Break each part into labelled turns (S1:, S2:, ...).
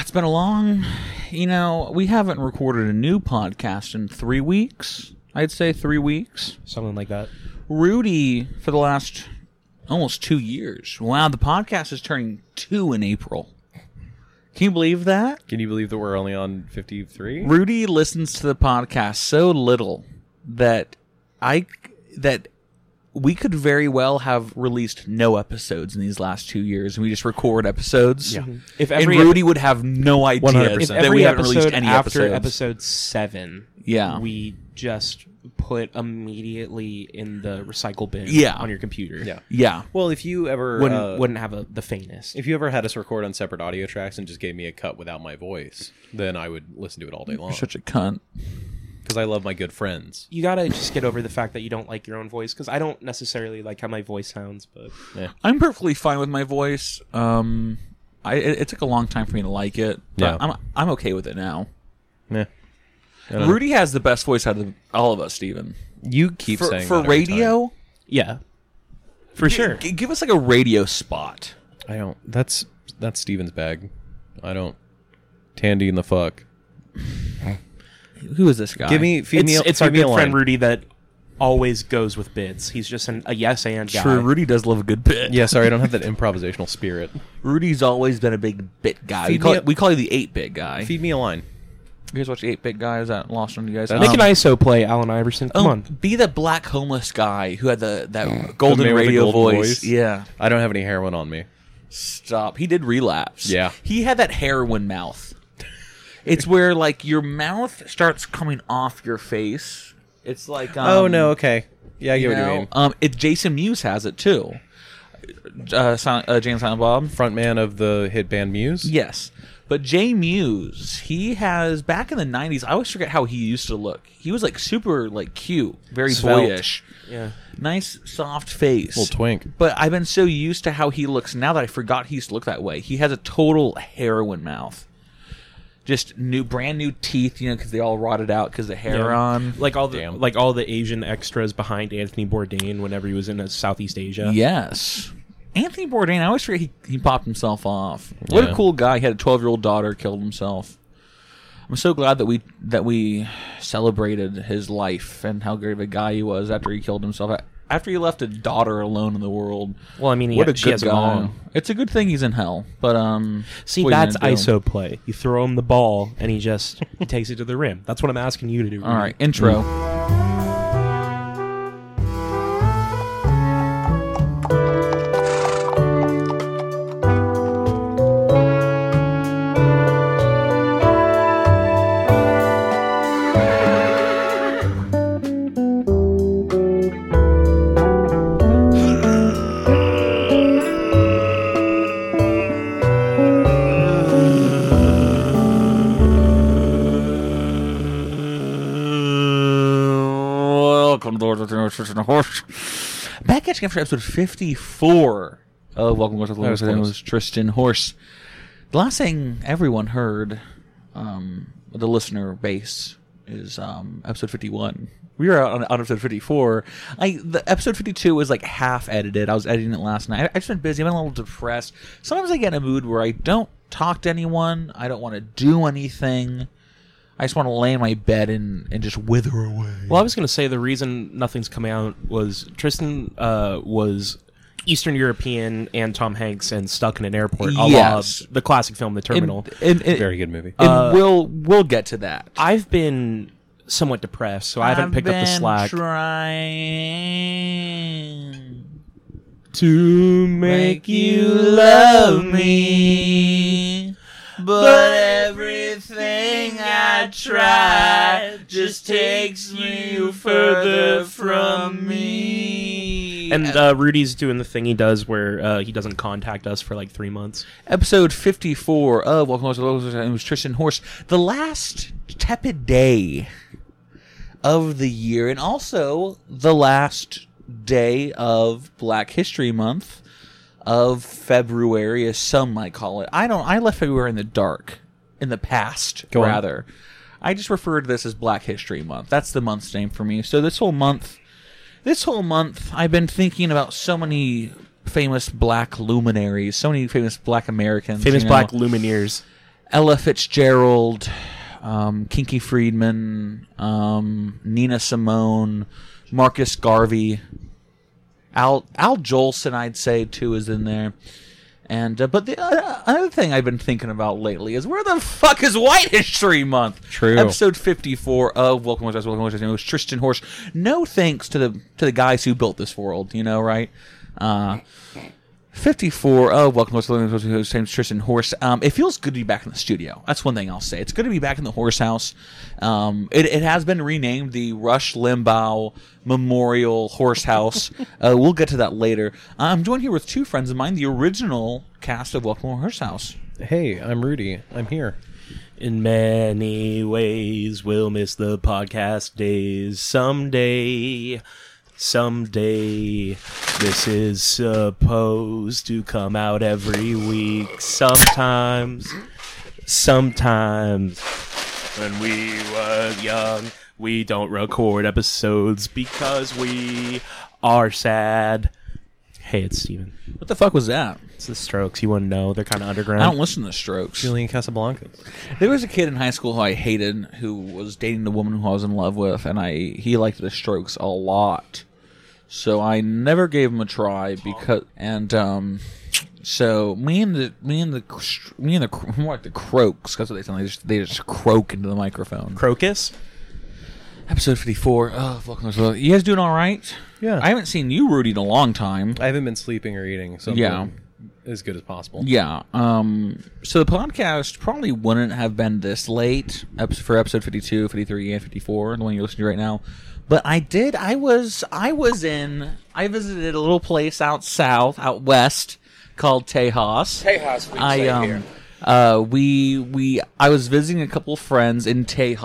S1: it's been a long, you know, we haven't recorded a new podcast in three weeks. I'd say three weeks.
S2: Something like that.
S1: Rudy, for the last almost two years. Wow, the podcast is turning two in April. Can you believe that?
S2: Can you believe that we're only on 53?
S1: Rudy listens to the podcast so little that I that we could very well have released no episodes in these last two years, and we just record episodes.
S2: Yeah.
S1: If
S3: If
S1: every
S3: every-
S1: and Rudy would have no idea
S2: 100%.
S3: if
S1: that
S3: every
S1: we haven't
S3: episode
S1: released any
S3: after
S1: episodes.
S3: episode seven,
S1: Yeah.
S3: we just put immediately in the recycle bin,
S1: Yeah.
S3: on your computer.
S2: Yeah.
S1: Yeah,
S2: Well, if you ever
S3: wouldn't
S2: uh,
S3: wouldn't have a, the faintest.
S2: if you ever had us record on separate audio tracks and just gave me a cut without my voice, then I would listen to it all day long
S1: you're such a cunt.
S2: because I love my good friends.
S3: you gotta just get over the fact that you don't like your own voice because I don't necessarily like how my voice sounds, but
S1: I'm perfectly fine with my voice. Um, I it, it took a long time for me to like it, but
S2: Yeah.
S1: I'm I'm okay with it now.
S2: Yeah. know.
S1: Rudy has the best voice out of the, all of us, Steven.
S2: You keep
S1: For,
S2: saying
S1: for
S2: that every time.
S1: radio,
S3: yeah, for
S1: g-
S3: sure.
S1: g- give us like a radio spot.
S2: I don't. That's that's Steven's bag. I don't. Tandy in the fuck.
S1: Who is this guy?
S2: Give me feed
S3: It's,
S2: me.
S3: it's
S2: feed
S3: our
S2: me a
S3: good friend
S2: line.
S3: Rudy that always goes with bids. He's just an, a yes and guy.
S1: True, Rudy does love a good bit.
S2: Yeah, sorry, I don't have that improvisational spirit.
S1: Rudy's always been a big bit guy.
S2: Feed
S1: We call,
S2: me
S1: it,
S2: a-
S1: we call you the eight bit guy.
S2: Feed me a line.
S1: You guys watch the eight bit guy? Is that lost on you guys?
S2: That's-
S3: Nick
S1: Um,
S3: and ISO play Alan Iverson. Come
S1: oh,
S3: on,
S1: be the black homeless guy who had the that golden
S2: man with the
S1: radio
S2: golden
S1: voice.
S2: voice?
S1: Yeah,
S2: I don't have any heroin on me.
S1: stop. He did relapse.
S2: Yeah.
S1: he had that heroin mouth. It's where like your mouth starts coming off your face. It's like um,
S2: oh no, okay. Yeah, I get
S1: you
S2: what
S1: know?
S2: you mean.
S1: Um, it, Jason Mewes has it too. Uh, Silent, uh, James Silent Bob.
S2: Frontman of the hit band Muse.
S1: Yes. But Jay Muse, he has back in the '90s. I always forget how he used to look. He was like super, like cute, very
S2: Svelte.
S1: boyish,
S3: yeah.
S1: nice soft face,
S2: Little twink.
S1: But I've been so used to how he looks now that I forgot he used to look that way. He has a total heroin mouth, just new, brand new teeth, you know, because they all rotted out because the hair
S3: Yeah.
S1: on.
S3: Like all the
S2: Damn.
S3: like all the Asian extras behind Anthony Bourdain whenever he was in uh, Southeast Asia.
S1: Yes. Anthony Bourdain, I always forget he, he popped himself off. What a
S2: Yeah.
S1: cool guy. He had a 12 year old daughter, killed himself. I'm so glad that we that we celebrated his life and how great of a guy he was after he killed himself. After he left a daughter alone in the world.
S3: Well, I mean, he,
S1: What a
S3: she
S1: good
S3: has a
S1: guy.
S3: mom.
S1: It's a good thing he's in hell. But um
S3: See,
S1: what are you
S3: that's
S1: gonna do?
S3: ISO play. You throw him the ball and he just he takes it to the rim. That's what I'm asking you to do. Mm.
S1: All right, intro. Welcome to Lord of the Rings, Church and the Horse. Back at you after episode 54 of Welcome to Lord of
S2: was
S1: the Rings,
S2: close.
S1: Tristan Horse. The last thing everyone heard, um, the listener base, is um, episode 51. We were on, on episode 54. I the Episode 52 was like half edited. I was editing it last night. I, I've just been busy. I've been a little depressed. Sometimes I get in a mood where I don't talk to anyone, I don't want to do anything. I just want to lay in my bed and, and just wither away.
S3: Well, I was going to say the reason nothing's come out was Tristan uh, was Eastern European and Tom Hanks and stuck in an airport. a la
S1: Yes.
S3: the classic film The Terminal.
S1: And, and-
S2: Very good movie.
S3: Um,
S1: and we'll we'll get to that.
S3: I've been somewhat depressed, so I haven't
S1: I've
S3: picked up the
S1: been
S3: slack
S1: Trying
S3: to
S1: make you love me, but everything I try just takes you further from me.
S3: And uh, Rudy's doing the thing he does where uh, he doesn't contact us for like three months.
S1: episode 54 of Welcome to the It was Tristan Horse. The last tepid day of the year, and also the last day of Black History Month of February, as some might call it. I don't. I left February in the dark, in the past,
S2: Go on.
S1: rather. I just refer to this as Black History Month. That's the month's name for me. So this whole month this whole month I've been thinking about so many famous black luminaries, so many famous black Americans.
S3: Famous
S1: you know.
S3: Black Lumineers.
S1: Ella Fitzgerald, um, Kinky Friedman, um, Nina Simone, Marcus Garvey, Al Al Jolson, I'd say too, is in there. And uh, but the uh, another thing I've been thinking about lately is where the fuck is White History Month?
S2: True.
S1: Episode fifty four of Welcome West, Welcome West. It was Tristan Horse. No thanks to the to the guys who built this world. You know, right? Uh, 54 of oh, Welcome to Living with His name's Tristan Horse. Um, it feels good to be back in the studio. That's one thing I'll say. It's good to be back in the Horse House. Um, it, it has been renamed the Rush Limbaugh Memorial Horse House. uh, we'll get to that later. I'm joined here with two friends of mine, the original cast of Welcome to Horse House.
S2: Hey, I'm Rudy. I'm here.
S3: In many ways, we'll miss the podcast days someday. Someday, this is supposed to come out every week. Sometimes, sometimes, when we were young, we don't record episodes because we are sad. Hey, it's Steven.
S1: What the fuck was that?
S3: It's the Strokes. You wouldn't know. They're kind of underground.
S1: I don't listen to the strokes.
S2: Julian Casablanca.
S1: There was a kid in high school who I hated who was dating the woman who I was in love with, and I he liked the Strokes a lot. So I never gave him a try because and um, so me and the me and the cr- me and the cr- more like the croaks because they sound like they just, they just croak into the microphone.
S3: Crocus?
S1: Episode fifty four. Oh, welcome to you guys doing all right?
S2: Yeah.
S1: I haven't seen you, Rudy, in a long time.
S2: I haven't been sleeping or eating, so I'm
S1: Yeah.
S2: doing as good as possible.
S1: Yeah. Um, so the podcast probably wouldn't have been this late eps- for episode 52, 53, and 54, the one you're listening to right now. But I did. I was. I was in. I visited a little place out south, out west, called Tejas.
S4: Tejas, we
S1: I
S4: say
S1: um.
S4: here.
S1: Uh, we we I was visiting a couple friends in Tejas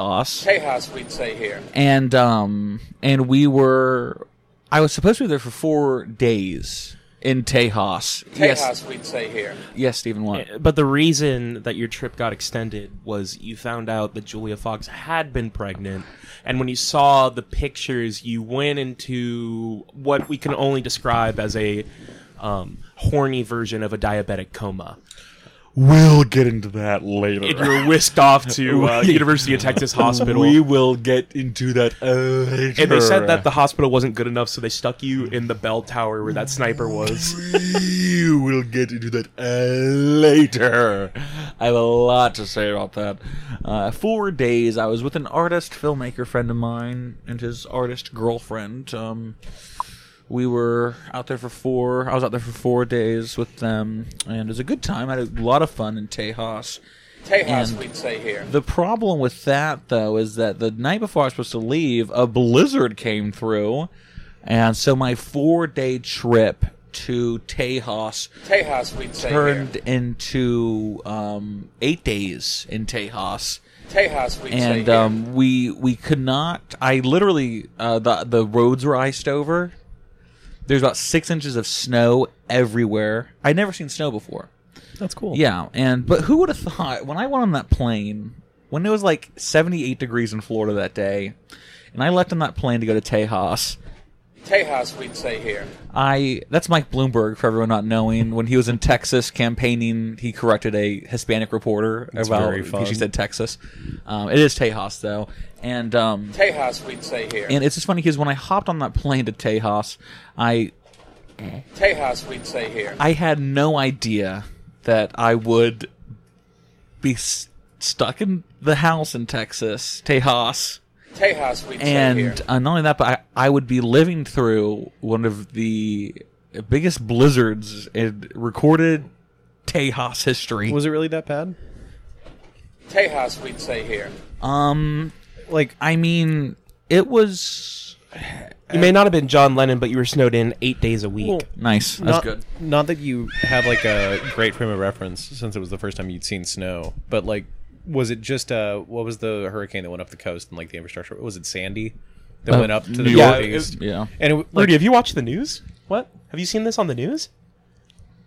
S4: Tejas, we'd say here.
S1: and um and we were I was supposed to be there for four days in Tejas.
S4: Tejas,
S1: Yes,
S4: we'd say here.
S1: yes, Stephen. What?
S3: But the reason that your trip got extended was you found out that Julia Fox had been pregnant, and when you saw the pictures, you went into what we can only describe as a um, horny version of a diabetic coma.
S1: We'll get into that later.
S3: And you were whisked off to uh, University of Texas Hospital.
S1: will get into that later.
S3: and they said that the hospital wasn't good enough, so they stuck you in the bell tower where that sniper was.
S1: we will get into that later. I have a lot to say about that. Uh, four days, I was with an artist filmmaker friend of mine and his artist girlfriend. Um, we were out there for four. I was out there for four days with them, and it was a good time. I had a lot of fun in Tejas.
S4: Tejas,
S1: And-
S4: we'd say here.
S1: The problem with that, though, is that the night before I was supposed to leave, a blizzard came through, and so my four-day trip to Tejas
S4: Tejas, we'd say here.
S1: turned into um, eight days in Tejas,
S4: Tejas, we'd say
S1: and
S4: here.
S1: um, we we could not. I literally uh, the the roads were iced over. There's about six inches of snow everywhere. I'd never seen snow before.
S2: That's cool.
S1: Yeah, and but who would have thought when I went on that plane when it was like 78 degrees in Florida that day, and I left on that plane to go to Tejas.
S4: Tejas, we'd say here.
S1: I that's Mike Bloomberg for everyone not knowing. When he was in Texas campaigning, he corrected a Hispanic reporter about
S2: very fun.
S1: she said Texas. Um, it is Tejas though, and um,
S4: Tejas, we'd say here.
S1: and it's just funny because when I hopped on that plane to Tejas, I
S4: Tejas, we'd say here.
S1: I had no idea that I would be s- stuck in the house in Texas, Tejas.
S4: Tejas, we'd say here.
S1: And uh, not only that, but I, I would be living through one of the biggest blizzards in recorded Tejas history.
S2: Was it really that bad?
S4: Tejas, we'd say here.
S1: um,
S2: Like
S1: I mean, it was
S3: you may not have been John Lennon, but you were snowed in eight days a week.
S1: nice. That's
S2: not,
S1: good.
S2: Not that you have like a great frame of reference since it was the first time you'd seen snow, but like, was it just uh, what was the hurricane that went up the coast and like the infrastructure? Was it Sandy that
S1: Uh,
S2: went up to the
S1: New York.
S2: northeast?
S1: Yeah.
S2: And it, like,
S3: Rudy, have you watched the news? What? Have you seen this on the news?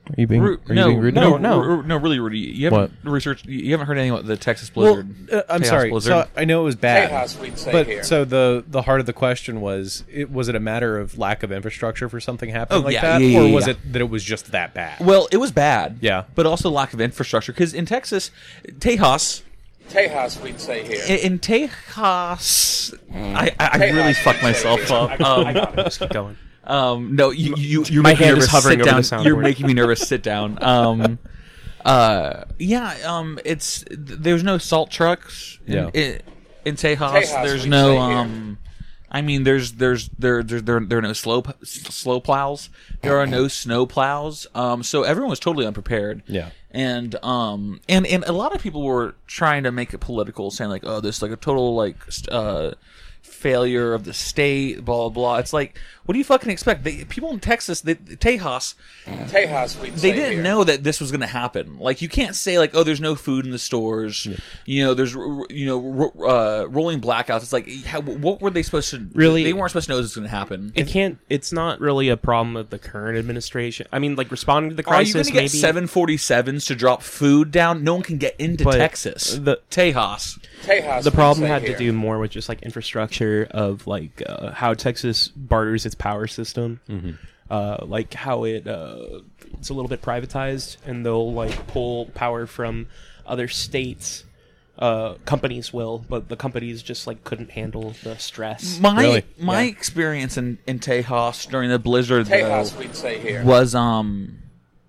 S2: Are you being,
S1: Ru-
S2: are you
S1: no,
S2: being rude? to
S1: no,
S2: me?
S1: no, Ru- no, really, Rudy. You haven't researched. You haven't heard anything about the Texas Blizzard.
S2: Well, uh, I'm
S1: Tejas
S2: sorry.
S1: Blizzard.
S2: So I know it was bad.
S4: Tejas, we'd say
S2: but
S4: here.
S2: so the the heart of the question was: it, was it a matter of lack of infrastructure for something
S1: Oh,
S2: happening like
S1: yeah,
S2: that,
S1: yeah, yeah,
S2: or
S1: yeah,
S2: was
S1: yeah.
S2: it that it was just that bad?
S1: well, it was bad.
S2: Yeah.
S1: but also lack of infrastructure because in Texas, Tejas.
S4: Tejas, we'd
S1: In,
S4: say here.
S1: in Tejas, I, I, I really
S4: Tejas,
S1: fucked
S4: we'd say
S1: myself
S4: here.
S1: up.
S3: I
S1: Um,
S3: got it. Just keep going.
S1: um, no, you, you, you're
S3: My
S1: making me
S3: hand is
S1: nervous.
S3: hovering
S1: sit
S3: over the
S1: down.
S3: soundboard.
S1: You're making me nervous. Sit down. Um, uh, yeah. Um, it's th- there's no salt trucks. in-
S2: Yeah.
S1: In, in Tejas,
S4: Tejas,
S1: there's
S4: we
S1: no.
S4: say here.
S1: Um, I mean, there's there's there there there, there are no slow p- s- slow plows. There are no snow plows. Um, so everyone was totally unprepared.
S2: Yeah.
S1: And um and and a lot of people were trying to make it political, saying like, oh, this is like a total like st- uh failure of the state, blah blah. blah. It's like, what do you fucking expect? They, people in Texas, they, Tejas,
S4: Tejas, we'd
S1: they
S4: say
S1: didn't
S4: here.
S1: know that this was going to happen. Like you can't say like, oh, there's no food in the stores. You know, there's r- r- you know r- uh, rolling blackouts. It's like, how, what were they supposed to?
S3: Really-
S1: they weren't supposed to know this was going to happen.
S3: It can't. It's not really a problem of the current administration. I mean, like responding to the
S1: Are
S3: crisis.
S1: you going to
S3: maybe
S1: Oh, get seven forty sevens to drop food down? No one can get into
S3: But
S1: Texas.
S3: the-
S1: Tejas.
S4: Tejas,
S3: the
S4: we'd
S3: problem
S4: say
S3: had
S4: here.
S3: to do more with just like infrastructure of like uh, how Texas barters its power system,
S1: Mm-hmm.
S3: uh, like how it uh, it's a little bit privatized, and they'll like pull power from other states. Uh, companies will, but the companies just like couldn't handle the stress.
S1: My
S2: Really?
S1: my
S3: Yeah.
S1: experience in in Tejas during the blizzard
S4: Tejas,
S1: though,
S4: we'd say here.
S1: was um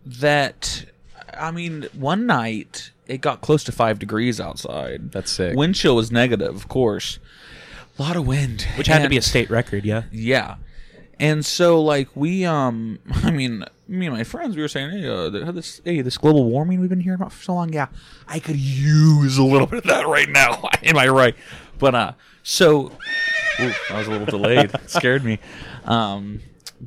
S1: that I mean one night it got close to five degrees outside.
S2: That's sick.
S1: Wind chill was negative, of course. A lot of wind,
S3: which had to be a
S1: And-
S3: state record, yeah.
S1: yeah. And so like we um I mean me and my friends we were saying hey uh, th- this hey this global warming we've been hearing about for so long yeah I could use a little bit of that right now am I right but uh so Ooh, I was a little delayed. It scared me. Um,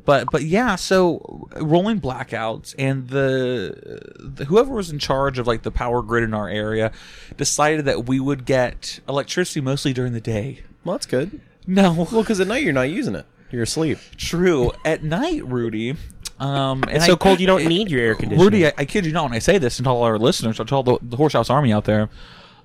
S1: but but yeah, so rolling blackouts and the, the whoever was in charge of like the power grid in our area decided that we would get electricity mostly during the day.
S2: well, that's good.
S1: No,
S2: Well, because at night you're not using it; you're asleep.
S1: true. At night, Rudy. Um, and
S3: It's
S1: I-
S3: so cold you don't need your air conditioning.
S1: Rudy, I, I kid you not when I say this, and to all our listeners, to all the, the Horse House Army out there,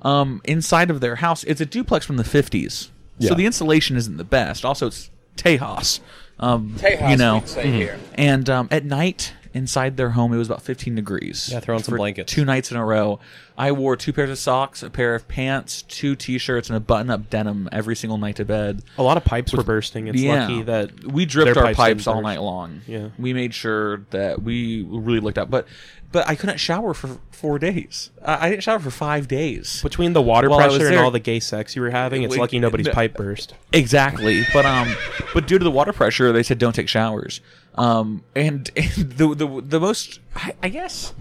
S1: um, inside of their house, it's a duplex from the 50s.
S2: Yeah.
S1: So the insulation isn't the best. Also, it's Tejas. Um,
S4: Tejas,
S1: you know.
S4: we'd say here.
S1: And um, at night, inside their home, it was about 15 degrees.
S2: Yeah, throw on some
S1: for
S2: blankets.
S1: Two nights in a row. I wore two pairs of socks, a pair of pants, two t shirts, and a button up denim every single night to bed.
S3: a lot of pipes were bursting. It's lucky that
S1: we dripped
S3: their
S1: our
S3: pipes
S1: pipes,
S3: didn't
S1: all
S3: burst.
S1: night long.
S3: Yeah.
S1: we made sure that we really looked out. But but I couldn't shower for four days. I, I didn't shower for five days.
S3: between the water
S1: While I was
S3: pressure and
S1: there-
S3: all the gay sex you were having, it's
S1: We-
S3: lucky nobody's
S1: the-
S3: pipe burst.
S1: Exactly, but um, but due to the water pressure, they said don't take showers. Um, and, and the the the most I, I guess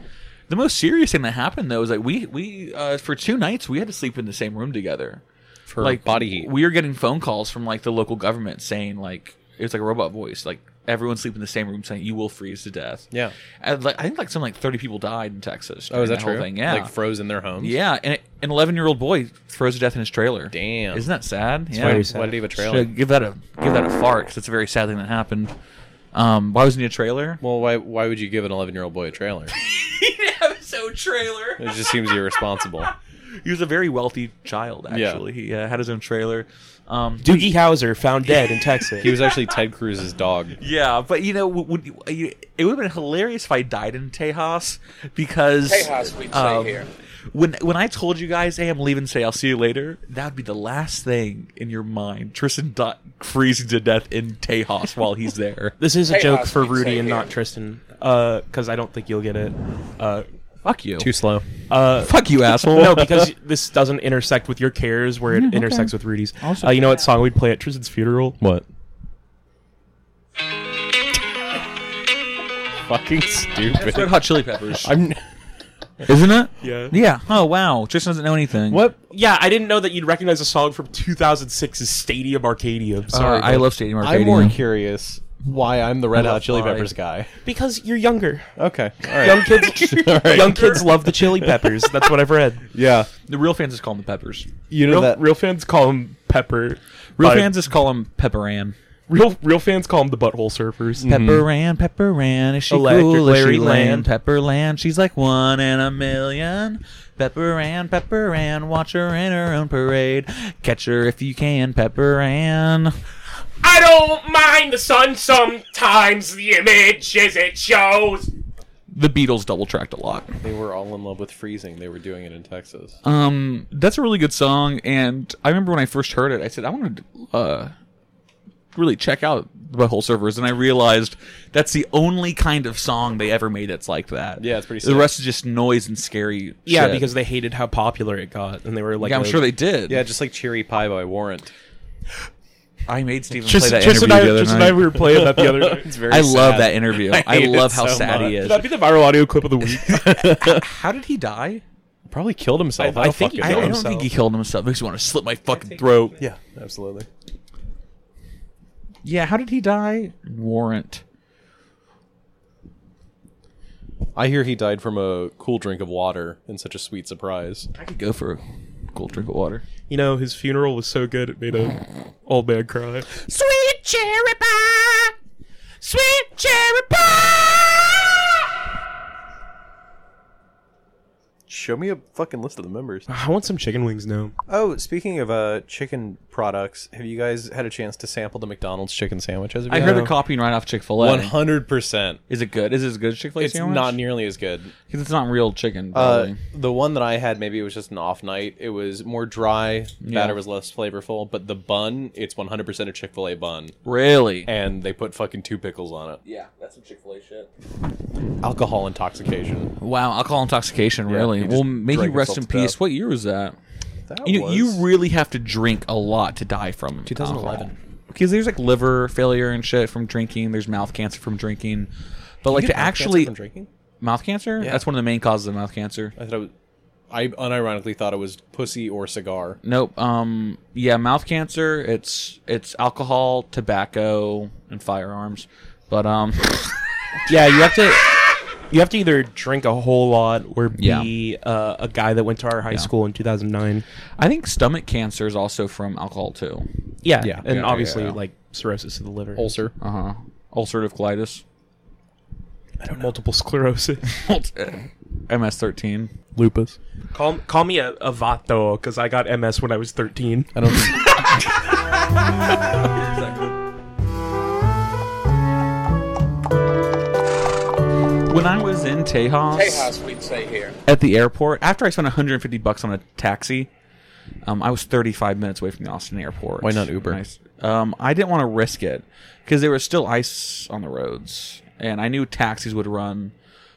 S1: the most serious thing that happened though is like we we uh, for two nights we had to sleep in the same room together
S2: For
S1: like
S2: body heat.
S1: We were getting phone calls from like the local government saying like it was like a robot voice like everyone sleep in the same room saying you will freeze to death.
S2: Yeah.
S1: and, like I think like some like thirty people died in Texas.
S2: Oh,
S1: during
S2: is that
S1: whole
S2: true?
S1: Thing. Yeah,
S2: Like froze in their homes.
S1: yeah, and an eleven-year-old boy froze to death in his trailer.
S2: Damn.
S1: isn't that sad? yeah,
S3: very
S2: Why did he have a
S1: so
S2: trailer?
S1: give that a give that a fart 'cause it's a very sad thing that happened. Um, why wasn't he a trailer?
S2: Well, why why would you give an 11 year old boy a trailer?
S1: so trailer.
S2: It just seems irresponsible.
S1: He was a very wealthy child.
S2: Yeah.
S1: Actually, he uh, had his own trailer. Um,
S3: Doogie Howser found dead in Texas.
S2: He was actually Ted Cruz's dog.
S1: yeah, but you know, would, would you, it would have been hilarious if I died in Tejas because um,
S4: Tejas, we'd say here.
S1: when when I told you guys, "Hey, I'm leaving," say I'll see you later. That would be the last thing in your mind. Tristan dot freezing to death in Tejas while he's there.
S3: This is a
S4: Hey,
S3: joke
S4: House,
S3: for
S4: we'd
S3: Rudy
S4: say
S3: and
S4: here.
S3: not Tristan, because I don't think you'll get it. Uh,
S1: Fuck you.
S2: Too slow.
S3: uh,
S1: Fuck you, asshole.
S3: no, because this doesn't intersect with your cares, where it intersects with Rudy's.
S1: Also-
S3: uh, you know what song we'd play at Tristan's funeral?
S2: What? Fucking stupid.
S1: Red Hot Chili Peppers.
S2: I'm.
S1: Isn't it?
S3: Yeah.
S1: Yeah. Oh wow. Tristan doesn't know anything.
S2: What?
S3: Yeah, I didn't know that you'd recognize a song from 2006's Stadium Arcadia. I'm sorry,
S1: Sorry, I
S3: but-
S1: love Stadium Arcadia.
S2: I'm more curious why I'm the Red
S1: I
S2: Hot
S1: love
S2: Chili
S1: pie.
S2: Peppers guy.
S3: because you're younger.
S2: Okay. All right.
S3: Young kids, young kids love the Chili Peppers. That's what I've read.
S2: Yeah.
S1: The real fans just call them the Peppers.
S2: You know
S3: Real,
S2: that.
S3: real fans call him Pepper.
S1: Real
S3: but-
S1: fans just call them Pepperan.
S3: Real real fans call them the butthole surfers.
S5: Pepper Ann, Pepper Ann, is she
S3: Electric
S5: cool? Is
S3: Larry
S5: she land?
S3: Land.
S5: Pepper Land, she's like one in a million. Pepper Ann, Pepper Ann, watch her in her own parade. Catch her if you can, Pepper Ann.
S3: I don't mind the sun sometimes. The image is it shows. The Beatles double tracked a lot.
S2: They were all in love with freezing. They were doing it in Texas.
S5: Um, that's a really good song, and I remember when I first heard it, I said I want to uh, really check out the Butthole Surfers, and I realized that's the only kind of song they ever made that's like that.
S2: Yeah, it's pretty
S5: The
S2: sick.
S5: rest is just noise and scary.
S3: Yeah,
S5: shit.
S3: because they hated how popular it got, and they were like,
S5: Yeah, I'm
S3: a-
S5: sure they did.
S2: yeah, just like Cherry Pie by Warrant.
S5: I made Steven
S3: Tris-
S5: play that
S3: Tris and I,
S5: interview the
S3: Tris
S5: other
S3: and I,
S5: night.
S3: we were playing that the other night.
S2: It's very.
S5: I love
S2: sad.
S5: that interview. I,
S2: hate it
S5: love how
S2: so
S5: sad he
S2: much.
S5: is.
S3: That'd be the viral audio clip of the week.
S5: How did he die?
S2: Probably killed himself.
S3: I-
S2: I,
S3: I
S2: don't
S3: think he
S5: I, I
S2: fucking
S5: don't
S2: know.
S3: himself.
S5: think he killed himself. Makes me want to slit my fucking throat.
S2: Yeah, absolutely.
S5: Yeah, how did he die? Warrant.
S2: I hear he died from a cool drink of water in such a sweet surprise.
S5: I could go for a cool drink of water.
S3: you know, his funeral was so good it made a old man cry. Sweet cherry pie, sweet cherry pie.
S2: Show me a fucking list of the members.
S3: I want some chicken wings now.
S2: Oh, speaking of uh, chicken products, have you guys had a chance to sample the McDonald's chicken sandwich? As of
S5: I
S2: yet?
S5: heard they're copying right off Chick Fil A.
S2: One hundred percent.
S5: Is it good? Is it as good as Chick Fil A
S2: It's
S5: sandwich?
S2: not nearly as good.
S5: 'Cause it's not real chicken.
S2: Uh,
S5: Probably.
S2: the one that I had, maybe it was just an off night. It was more dry. The
S5: Yeah.
S2: batter was less flavorful, but the bun, it's one hundred percent a Chick Fil A bun,
S5: really?
S2: and they put fucking two pickles on it.
S4: Yeah, that's some Chick Fil A shit.
S2: Alcohol intoxication.
S5: Wow, alcohol intoxication. Really?
S2: you just
S5: Well, may he
S2: drank
S5: rest
S2: yourself
S5: in
S2: to death.
S5: peace. What year was that?
S2: That
S5: You know,
S2: was
S5: you really have to drink a lot to die from
S2: 2011.
S5: alcohol. Because there's like liver failure and shit from drinking. There's mouth cancer from drinking. But like
S2: You
S5: to
S2: get mouth cancer
S5: actually
S2: from drinking.
S5: mouth cancer,
S2: Yeah.
S5: that's one of the main causes of mouth cancer.
S2: I thought it was, I unironically thought it was pussy or cigar.
S5: Nope. Um. Yeah, mouth cancer. It's it's alcohol, tobacco, and firearms. But um.
S3: Yeah, you have to. You have to either drink a whole lot or be
S5: Yeah.
S3: uh, a guy that went to our high school in 2009.
S5: I think stomach cancer is also from alcohol too.
S3: Yeah,
S2: Yeah.
S3: and
S2: Yeah,
S3: obviously
S5: yeah, yeah.
S3: like cirrhosis of the liver,
S2: Ulcer.
S5: Uh huh. Ulcerative colitis.
S3: multiple sclerosis,
S5: MS thirteen.
S2: Lupus.
S3: call call me a, a vato because I got MS when I was 13.
S2: I don't
S5: When I was in Tejas,
S4: Tejas, we'd say here.
S5: at the airport, after I spent 150 bucks on a taxi, um, I was 35 minutes away from the Austin airport.
S2: Why not Uber?
S5: And I s- um, I didn't want to risk it because there was still ice on the roads, and I knew taxis would run.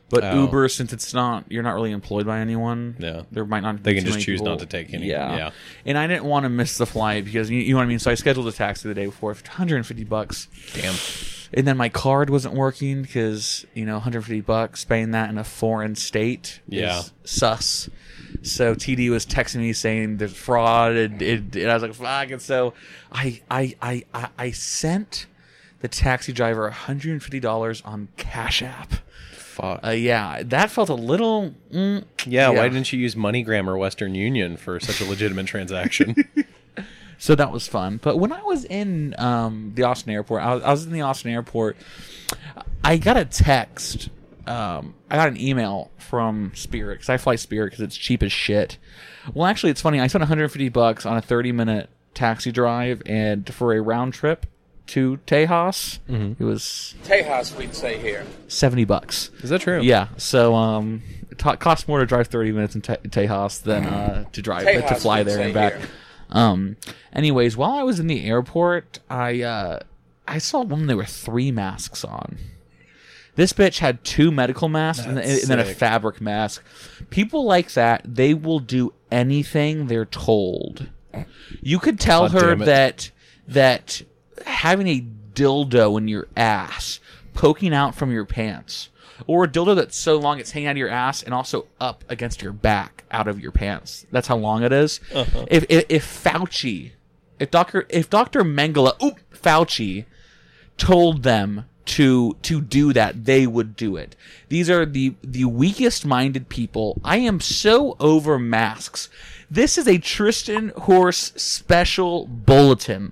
S5: But
S2: Oh.
S5: Uber, since it's not, you're not really employed by anyone.
S2: Yeah.
S5: there might not.
S2: They
S5: be
S2: can
S5: too
S2: just
S5: many
S2: choose
S5: people.
S2: not to take any-
S5: Yeah.
S2: yeah.
S5: and I didn't want to miss the flight because you, you know what I mean. So I scheduled a taxi the day before, for 150 bucks
S2: damn.
S5: and then my card wasn't working because you know 150 bucks paying that in a foreign state
S2: Yeah.
S5: is sus so td was texting me saying there's fraud and, and, and i was like fuck and so i i i i, I sent the taxi driver $150 on cash app
S2: Fuck.
S5: uh, yeah that felt a little mm,
S2: yeah,
S5: yeah.
S2: Why didn't you use MoneyGram or Western Union for such a legitimate transaction?
S5: So that was fun. But when I was in um, the Austin airport, I was, I was in the Austin airport. I got a text. Um, I got an email from Spirit because I fly Spirit because it's cheap as shit. Well, actually, it's funny. I spent 150 bucks on a 30 minute taxi drive and for a round trip to Tejas, it was
S4: Tejas, we'd say here.
S5: 70 bucks.
S2: Is that true?
S5: Yeah, so um, it ta- costs more to drive 30 minutes in Te- Tejas than uh, to drive
S4: Tejas,
S5: to fly
S4: we'd
S5: there
S4: say
S5: and back.
S4: here.
S5: Um, anyways, while I was in the airport, I uh, I saw one. There were three masks on. This bitch had two medical masks and,
S2: That's
S5: and then a
S2: sick.
S5: fabric mask. People like that, they will do anything they're told. You could tell
S2: God
S5: her
S2: damn it.
S5: that that having a dildo in your ass poking out from your pants, or a dildo that's so long it's hanging out of your ass and also up against your back out of your pants. That's how long it is.
S2: Uh-huh.
S5: If, if if Fauci, if Doctor if Doctor Mengele, oop, Fauci told them to to do that they would do it these are the the weakest minded people i am so over masks this is a tristan horse special bulletin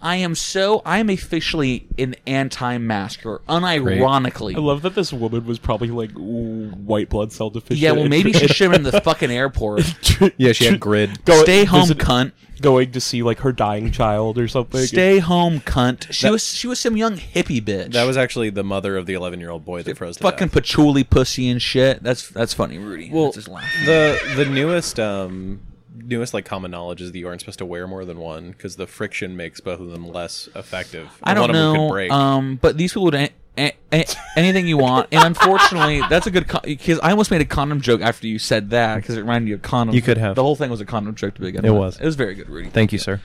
S5: I am so I am officially an anti-masker, unironically.
S1: I love that this woman was probably like ooh, white blood cell deficient.
S5: yeah, well, maybe she should have been in the fucking airport.
S2: Yeah, she had grid.
S1: Go-
S5: Stay home,
S1: visit-
S5: cunt.
S1: Going to see like her dying child or something.
S5: Stay home, cunt. She was she was some young hippie bitch.
S2: That was actually the mother of the 11 year old boy that froze. to
S5: fucking
S2: death.
S5: patchouli pussy and shit. That's that's funny, Rudy.
S2: Well,
S5: That's his laugh.
S2: the the newest um newest like common knowledge is that you aren't supposed to wear more than one because the friction makes both of them less effective.
S5: I don't
S2: one
S5: know.
S2: Of them could break.
S5: Um, but these people would a- a- a- anything you want, and unfortunately, that's a good because I almost made a condom joke after you said that because it reminded me of condoms.
S2: You could have.
S5: the whole thing was a condom joke to begin
S2: It
S5: with.
S2: was.
S5: It was very good, Rudy.
S2: Thank you, sir.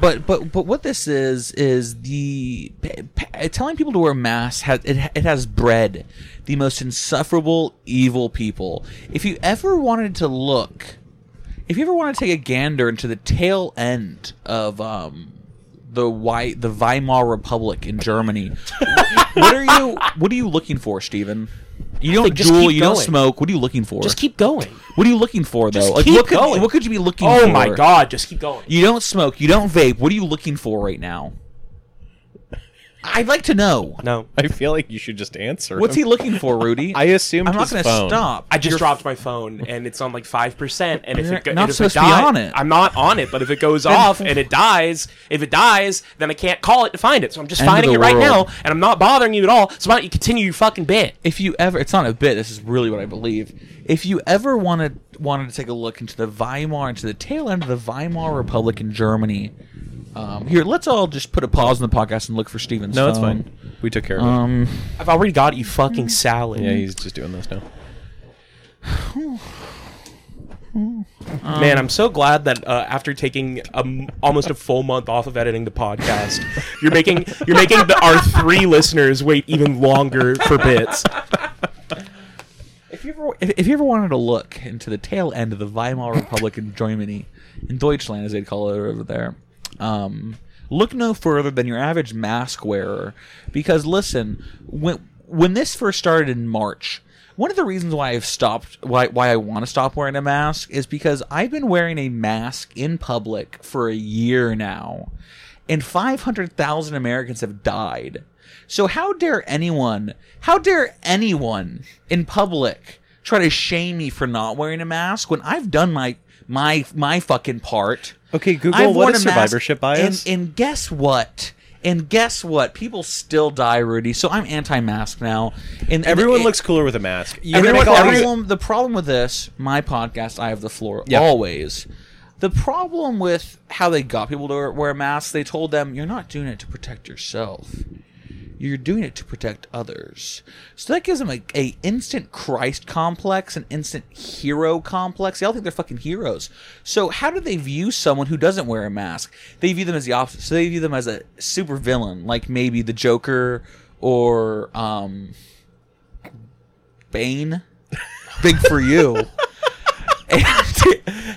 S5: But but but what this is is the p- p- telling people to wear masks has it, it has bred the most insufferable evil people. If you ever wanted to look, if you ever want to take a gander into the tail end of um the Wei- the Weimar Republic in Germany, what are you what are you looking for, Stephen? You don't
S3: think just
S5: duel,
S3: keep
S5: you don't
S3: going.
S5: smoke. What are you looking for?
S3: Just keep going.
S5: what are you looking for though?
S3: Just
S5: like
S3: keep
S5: what could,
S3: going.
S5: what could you be looking for?
S3: Oh my god, just keep going.
S5: You don't smoke. You don't vape. What are you looking for right now? I'd like to know.
S3: No.
S2: I feel like you should just answer.
S5: What's he
S2: him.
S5: looking for, Rudy?
S2: I assumed
S5: I'm not
S2: his
S5: gonna
S2: phone.
S5: stop.
S3: I just
S5: Your-
S3: dropped my phone and it's on like five percent. And if
S5: You're
S3: it go-
S5: not
S3: and if
S5: supposed
S3: it
S5: to be
S3: die-
S5: on it.
S3: I'm not on it. But if it goes
S5: Then-
S3: off and it dies, if it dies, then I can't call it to find it. So I'm just
S5: End of
S3: finding
S5: the
S3: it right
S5: world.
S3: now, and I'm not bothering you at all. So why don't you continue your fucking bit?
S5: If you ever, it's not a bit. This is really what I believe. If you ever wanted wanted to take a look into the Weimar, into the tail end of the Weimar Republic in Germany, um, here let's all just put a pause in the podcast and look for Steven's
S2: No, it's
S5: phone.
S2: fine. We took care of it.
S5: Um,
S3: I've already got you fucking salad.
S2: Yeah, he's just doing this now.
S3: Man, I'm so glad that uh, after taking um, almost a full month off of editing the podcast, you're making you're making the, our three listeners wait even longer for bits.
S5: If you ever if, if you ever wanted to look into the tail end of the Weimar Republic in Germany, in Deutschland as they'd call it over there, um, look no further than your average mask wearer, because listen, when when this first started in March. One of the reasons why I've stopped, why, why I want to stop wearing a mask is because I've been wearing a mask in public for a year now, and 500,000 Americans have died. So how dare anyone, how dare anyone in public try to shame me for not wearing a mask when I've done my my my fucking part.
S2: Okay, Google,
S5: I've
S2: what
S5: worn
S2: is
S5: a mask,
S2: survivorship bias?
S5: And, and guess what? And guess what? People still die, Rudy. So I'm anti-mask now. And, and
S2: Everyone
S5: it-
S2: looks cooler with a mask. You
S5: and
S2: gotta
S5: the
S2: make all these-
S5: problem, the problem with this, my podcast, I have the floor
S2: Yeah.
S5: always. The problem with how they got people to wear masks, they told them, you're not doing it to protect yourself. You're doing it to protect others. So that gives them a, a instant Christ complex, an instant hero complex. They all think they're fucking heroes. So how do they view someone who doesn't wear a mask? They view them as the opposite. So they view them as a super villain, like maybe the Joker or um, Bane. Big for you. and,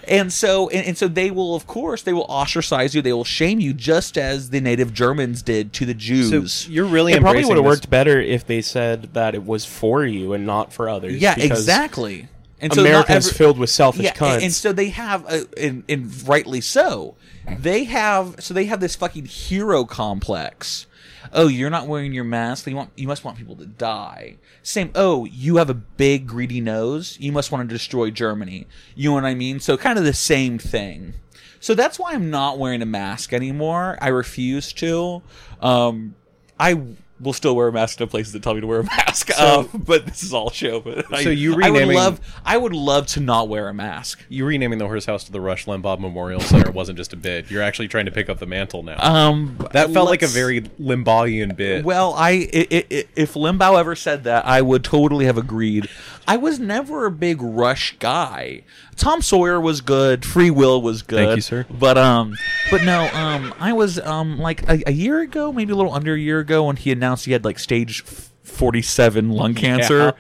S5: and so and, and so they will of course they will ostracize you they will shame you just as the native germans did to the jews
S2: So you're really
S3: It probably
S2: embracing
S3: would have
S2: this-
S3: worked better if they said that it was for you and not for others.
S5: yeah
S3: because
S5: exactly and so not
S3: Americans
S5: every-
S3: filled with selfish
S5: yeah,
S3: cunts.
S5: and, and so they have, a, and, and rightly so, they have. So they have this fucking hero complex. Oh, you're not wearing your mask. You want, you must want people to die. Same. Oh, you have a big greedy nose. You must want to destroy Germany. You know what I mean? So kind of the same thing. So that's why I'm not wearing a mask anymore. I refuse to. Um, I will still wear a mask to places that tell me to wear a mask. um, but this is all show. But
S2: So
S5: I,
S2: you
S5: I would
S2: renaming-
S5: love I would love to not wear a mask.
S2: You renaming the horse house to the Rush Limbaugh Memorial Center wasn't just a bid. You're actually trying to pick up the mantle now.
S5: Um,
S2: that felt like a
S5: let's-
S2: very Limbaughyan bid.
S5: well. I, i i if Limbaugh ever said that, I would totally have agreed. I was never a big Rush guy. Tom Sawyer was good. Free Will was good.
S2: Thank you, sir.
S5: But um, but no, um, I was um like a, a year ago, maybe a little under a year ago, when he announced he had like stage forty seven lung cancer.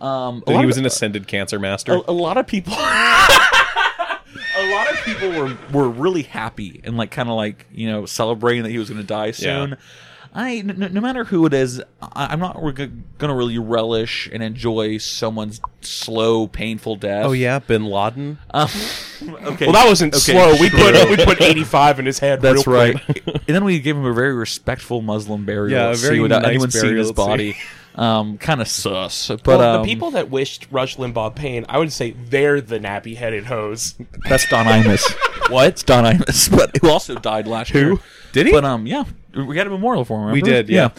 S5: Um, a
S2: That he
S5: lot of-
S2: was an ascended cancer master.
S5: a, a lot of people a lot of people were were really happy and like kind of like you know celebrating that he was going to die soon
S2: Yeah.
S5: I n- n- no matter who it is, I, I'm not re- gonna really
S3: Oh,
S5: relish and enjoy someone's slow, painful death.
S2: oh yeah, Bin Laden.
S5: Um,
S3: Okay.
S6: Well, that wasn't
S3: Okay,
S6: slow. We
S3: sure.
S6: put we put 85 in his head.
S1: That's
S6: real
S1: right.
S6: quick.
S1: and then we gave him a very respectful Muslim burial
S2: Yeah, a
S1: at sea
S2: very
S5: uh,
S1: without
S2: nice
S1: anyone seeing
S2: burial
S1: his
S2: at sea.
S1: body. um, kind of sus. But
S3: well,
S1: um,
S3: the people that wished Rush Limbaugh pain, I would say they're the nappy-headed hoes.
S1: that's Don Imus. what? It's Don Imus, but who also died last year.
S2: Did he?
S1: But um, yeah, we had a memorial for him.
S2: We
S1: remember?
S2: did, yeah.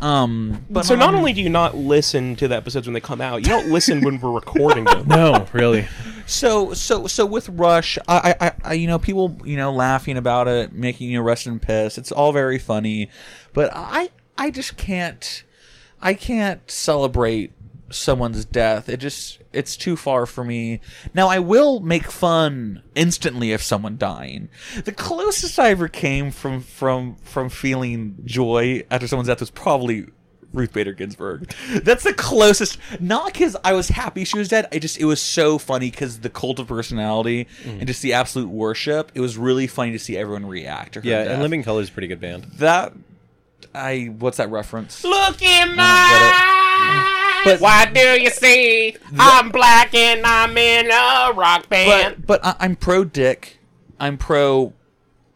S1: Um, but
S3: so not
S1: um,
S3: only do you not listen to the episodes when they come out, you don't listen when we're recording them.
S2: No, really.
S1: So so so with Rush, I, I I you know people you know laughing about it, making you rest in piss. It's all very funny, but I I just can't I can't celebrate someone's death. It just it's too far for me. Now I will make fun instantly of someone dying. The closest I ever came from from from feeling joy after someone's death was probably Ruth Bader Ginsburg. That's the closest. Not because I was happy she was dead. I just it was so funny because the cult of personality
S2: Mm.
S1: and just the absolute worship. It was really funny to see everyone react to her.
S2: Yeah,
S1: death.
S2: and Living Color is a pretty good band.
S1: that. I what's that reference?
S3: Look in
S1: I
S3: my
S1: don't get it.
S3: eyes. Why do you see? I'm black and I'm in a rock band.
S1: But but I, I'm pro dick. I'm pro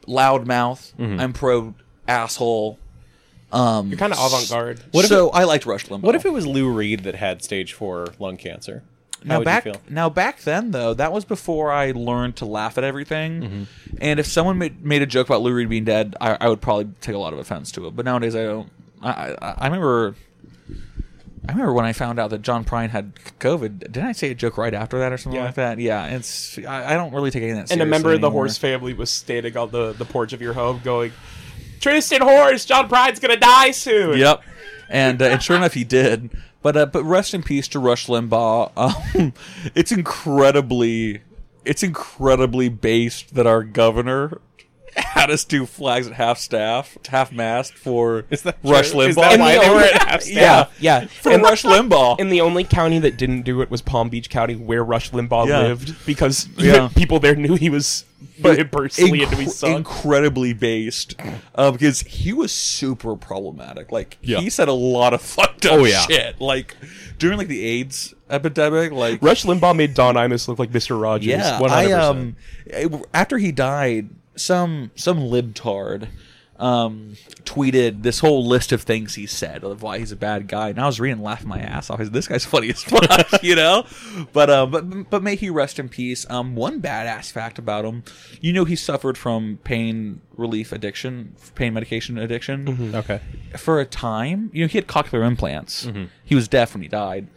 S1: loudmouth.
S2: Mm-hmm.
S1: I'm pro asshole. Um,
S3: You're kind of avant-garde.
S1: so I liked Rush Limbaugh.
S2: What if it was Lou Reed that had stage four lung cancer? How
S1: now
S2: would
S1: back
S2: you feel?
S1: now back then though that was before I learned to laugh at everything, and if someone made, made a joke about Lou Reed being dead, I, I would probably take a lot of offense to it. But nowadays I don't. I I, I remember. I remember when I found out that John Prine had COVID. Didn't I say a joke right after that or something
S3: Yeah.
S1: like that? Yeah, it's I, I don't really take any of that.
S3: and a member
S1: seriously
S3: of the
S1: anymore.
S3: horse family was standing on the, the porch of your home going, Tristan Horse, John Pride's gonna die soon.
S1: Yep. And uh, and sure enough, he did. But uh, but rest in peace to Rush Limbaugh. Um, it's incredibly it's incredibly based that our governor had us do flags at half staff, half mast for
S2: Is that
S1: Rush
S2: true?
S1: Limbaugh.
S2: Is that why they were at half
S1: yeah,
S2: staff?
S1: yeah, for
S3: And-
S1: Rush Limbaugh.
S3: And the only county that didn't do it was Palm Beach County, where Rush Limbaugh
S1: Yeah.
S3: lived, because
S1: Yeah.
S3: people there knew he was personally into
S1: Incre-
S3: his son.
S1: incredibly based uh, because he was super problematic. Like he said a lot of fucked up
S2: Oh, yeah.
S1: shit. Like during like the AIDS epidemic, like
S3: Rush Limbaugh made Don Imus look like Mister Rogers.
S1: Yeah,
S3: 100%.
S1: I um it- after he died, some some libtard um tweeted this whole list of things he said of why he's a bad guy, and I was reading, and laughing my ass off. I was, This guy's funny as fuck, you know. But um, but but may he rest in peace. Um, one badass fact about him, you know, he suffered from pain relief addiction, pain medication addiction
S2: Okay.
S1: for a time, you know, he had cochlear implants. He was deaf when he died.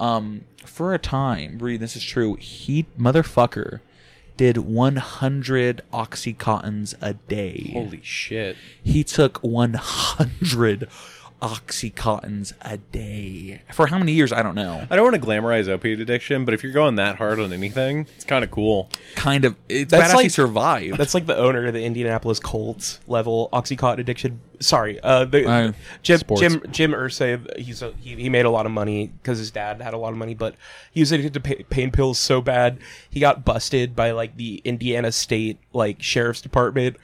S1: Um, for a time, Reed, this is true. He motherfucker did 100 oxycontins a day.
S2: Holy shit.
S1: He took 100 oxycontins a day for how many years? I don't know.
S2: I don't want to glamorize opiate addiction, but if you're going that hard on anything, it's kind of cool.
S1: Kind of. It's
S3: That's
S1: badass he
S3: like-
S1: survived.
S3: That's like the owner of the Indianapolis Colts level OxyContin addiction. Sorry, uh, the,
S1: Uh,
S3: Jim,
S2: sports.
S3: Jim Jim Irsay. He's a, he, he made a lot of money because his dad had a lot of money, but he was addicted to pa- pain pills so bad he got busted by like the Indiana State like sheriff's department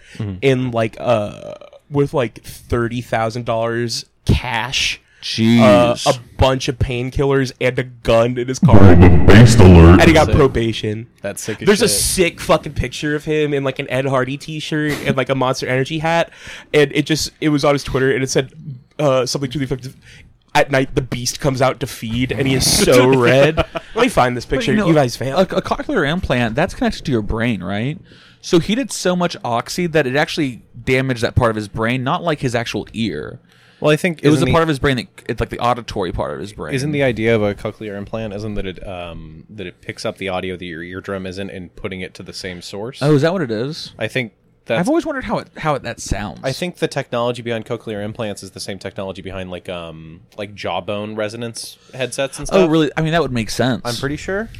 S3: in like uh with like thirty thousand dollars cash. Uh,
S1: Jeez.
S3: a bunch of painkillers and a gun in his car, and
S7: Based alert.
S3: he got probation.
S2: That's sick as
S3: There's a
S2: shit.
S3: sick fucking picture of him in like an Ed Hardy t-shirt and like a Monster Energy hat, and it just it was on his Twitter and it said uh, something to the effect of. At night, the beast comes out to feed, and he is so red. Let me find this
S1: But,
S3: picture. You, guys,
S1: a,
S3: fan?
S1: a cochlear implant that's connected to your brain, right? So he did so much oxy that it actually damaged that part of his brain, not like his actual ear.
S2: Well, I think
S1: It was
S2: isn't
S1: the part of his brain that it's like the auditory part of his brain.
S2: Isn't the idea of a cochlear implant isn't that it um that it picks up the audio that your eardrum isn't and putting it to the same source?
S1: oh, is that what it is?
S2: I think that's
S1: I've always wondered how it how it, that sounds.
S2: I think the technology behind cochlear implants is the same technology behind like um like jawbone resonance headsets and stuff.
S1: Oh, really? I mean, that would make sense.
S2: I'm pretty sure.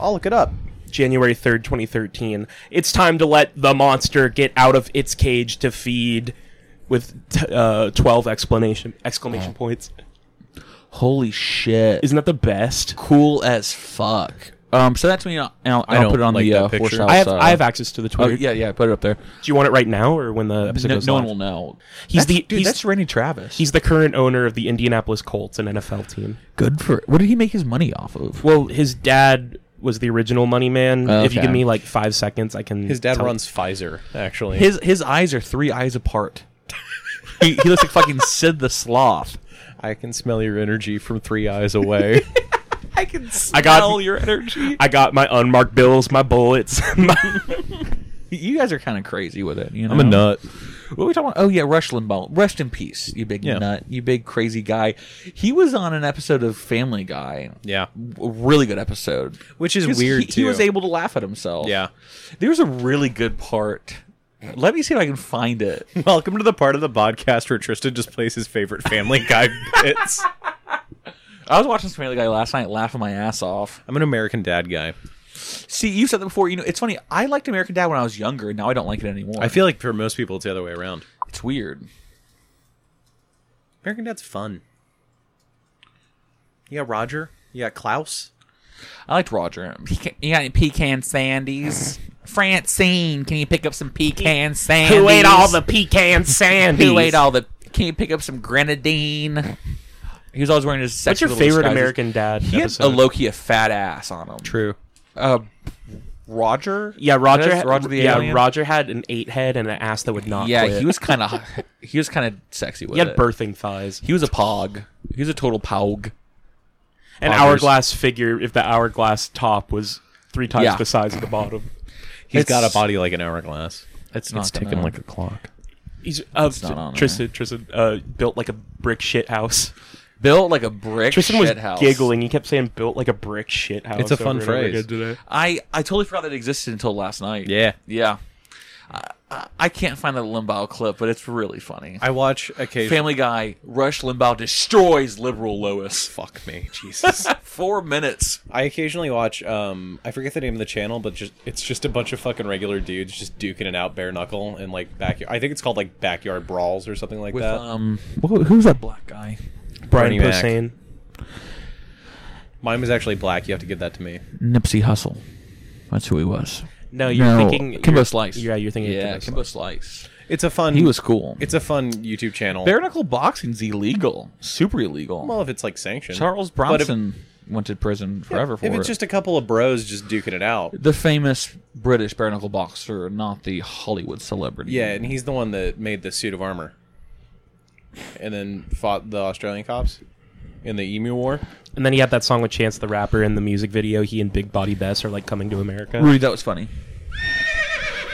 S2: I'll look it up.
S3: January third, twenty thirteen. It's time to let the monster get out of its cage to feed. With t- uh, twelve explanation exclamation
S2: Oh.
S3: points.
S1: Holy shit!
S3: Isn't that the best?
S1: cool as fuck? Um, so that's me. And I'll, and I'll,
S2: I
S1: I'll
S2: don't
S1: put it on
S2: like
S1: the
S2: that
S1: uh,
S2: picture.
S1: horse
S2: I
S1: house.
S3: I have
S1: uh,
S3: I have access to the
S1: Oh,
S3: Twitter.
S1: yeah, yeah. Put it up there.
S3: Do you want it right now or when the episode
S1: No,
S3: goes
S1: no one
S3: live?
S1: will know. That's-
S3: He's the-
S1: dude.
S3: he's-
S1: that's Randy Travis.
S3: He's the current owner of the Indianapolis Colts, an NFL team.
S1: good for. What did he make his money off of?
S3: Well, his dad was the original Money Man. If you
S1: Okay.
S3: give me like five seconds, I can.
S2: His dad
S3: tell-
S2: runs Pfizer, actually.
S1: His his eyes are three eyes apart. he, he looks like fucking Sid the Sloth.
S2: I can smell your energy from three eyes away.
S1: I can smell
S3: I got
S1: your energy.
S3: I got my unmarked bills, my bullets. my-
S1: you guys are kind of crazy with it. You know?
S2: I'm a nut.
S1: What were we talking about? Oh yeah, Rush Limbaugh. Rest in peace, you big
S2: Yeah.
S1: nut, you big crazy guy. He was on an episode of Family Guy.
S2: Yeah.
S1: A really good episode,
S2: Which is
S1: 'Cause
S2: weird,
S1: He, he was
S2: too.
S1: able to laugh at himself.
S2: Yeah.
S1: there's a really good part. Let me see if I can find it.
S2: Welcome to the part of the podcast where Tristan just plays his favorite Family Guy bits.
S1: I was watching Family Guy last night, laughing my ass off.
S2: I'm an American Dad guy.
S1: See, you said that before. You know, it's funny. I liked American Dad when I was younger. and Now I don't like it anymore.
S2: I feel like for most people, it's the other way around.
S1: it's weird.
S2: American Dad's fun. You got Roger. You got Klaus.
S1: I liked Roger. Pecan, you got any pecan sandies? Francine, can you pick up some pecan sandies?
S3: Who ate all the pecan sandies?
S1: Who ate all the? Can you pick up some grenadine? He was always wearing his.
S3: What's your favorite American dad?
S1: He had
S3: episode?
S1: a Loki a fat ass on him.
S2: True.
S1: Uh, Roger.
S3: Yeah, Roger.
S1: That's
S3: had-
S1: Roger the
S3: yeah,
S1: alien?
S3: Roger had an eight head and an ass that would not.
S1: Yeah,
S3: quit.
S1: he was kind of he was kind of sexy with
S3: He had
S1: it.
S3: birthing thighs.
S1: He was a pog. He was a total pog.
S3: An
S1: Poggers.
S3: hourglass figure. If the hourglass top was three times
S1: Yeah.
S3: the size of the bottom.
S2: He's
S1: It's-
S2: got a body like an hourglass.
S1: It's
S2: It's ticking like a clock.
S3: He's uh,
S1: not on there.
S3: Tristan. Tristan uh, built like a brick shit house.
S1: built like a brick.
S3: Tristan was
S1: shit house.
S3: giggling. He kept saying "built like a brick shit house."
S2: It's a fun
S3: over and over
S2: phrase.
S3: again today.
S1: I I totally forgot that it existed until last night.
S2: Yeah.
S1: yeah. I- I, I can't find the Limbaugh clip, but it's really funny.
S2: I watch occasionally.
S1: Family Guy, Rush Limbaugh destroys liberal Lois.
S2: Fuck me, Jesus.
S1: Four minutes.
S2: I occasionally watch. Um, I forget the name of the channel, but just it's just a bunch of fucking regular dudes just duking it out bare knuckle and like backyard. I think it's called like backyard brawls or something like
S1: With
S5: uh,
S2: that.
S1: um, wh- who's that black guy?
S3: Brian
S2: Bernie Mac.
S3: Posehn.
S2: Mine was actually black. You have to give that to me.
S1: Nipsey Hussle. That's who he was.
S3: No, you're thinking
S1: Kimbo
S3: you're-
S1: Slice.
S3: Yeah, you're thinking. of
S1: Yeah,
S3: Kimbo
S1: Kimbo
S3: Slice.
S1: Slice.
S2: It's a fun.
S1: He was cool.
S2: It's a fun YouTube channel.
S1: Bare knuckle boxing's illegal. Super illegal.
S2: well, if it's like sanctioned.
S1: Charles
S2: But if-
S1: Bronson went to prison forever for
S2: If
S1: it.
S2: it's just a couple of bros just duking it out.
S1: the famous British bare knuckle boxer, not the Hollywood celebrity.
S2: Yeah, and he's the one that made the suit of armor. And then fought the Australian cops in the Emu War.
S3: And then he had that song with Chance the Rapper in the music video. He and Big Body Bess are like coming to America.
S1: Rudy, that was funny.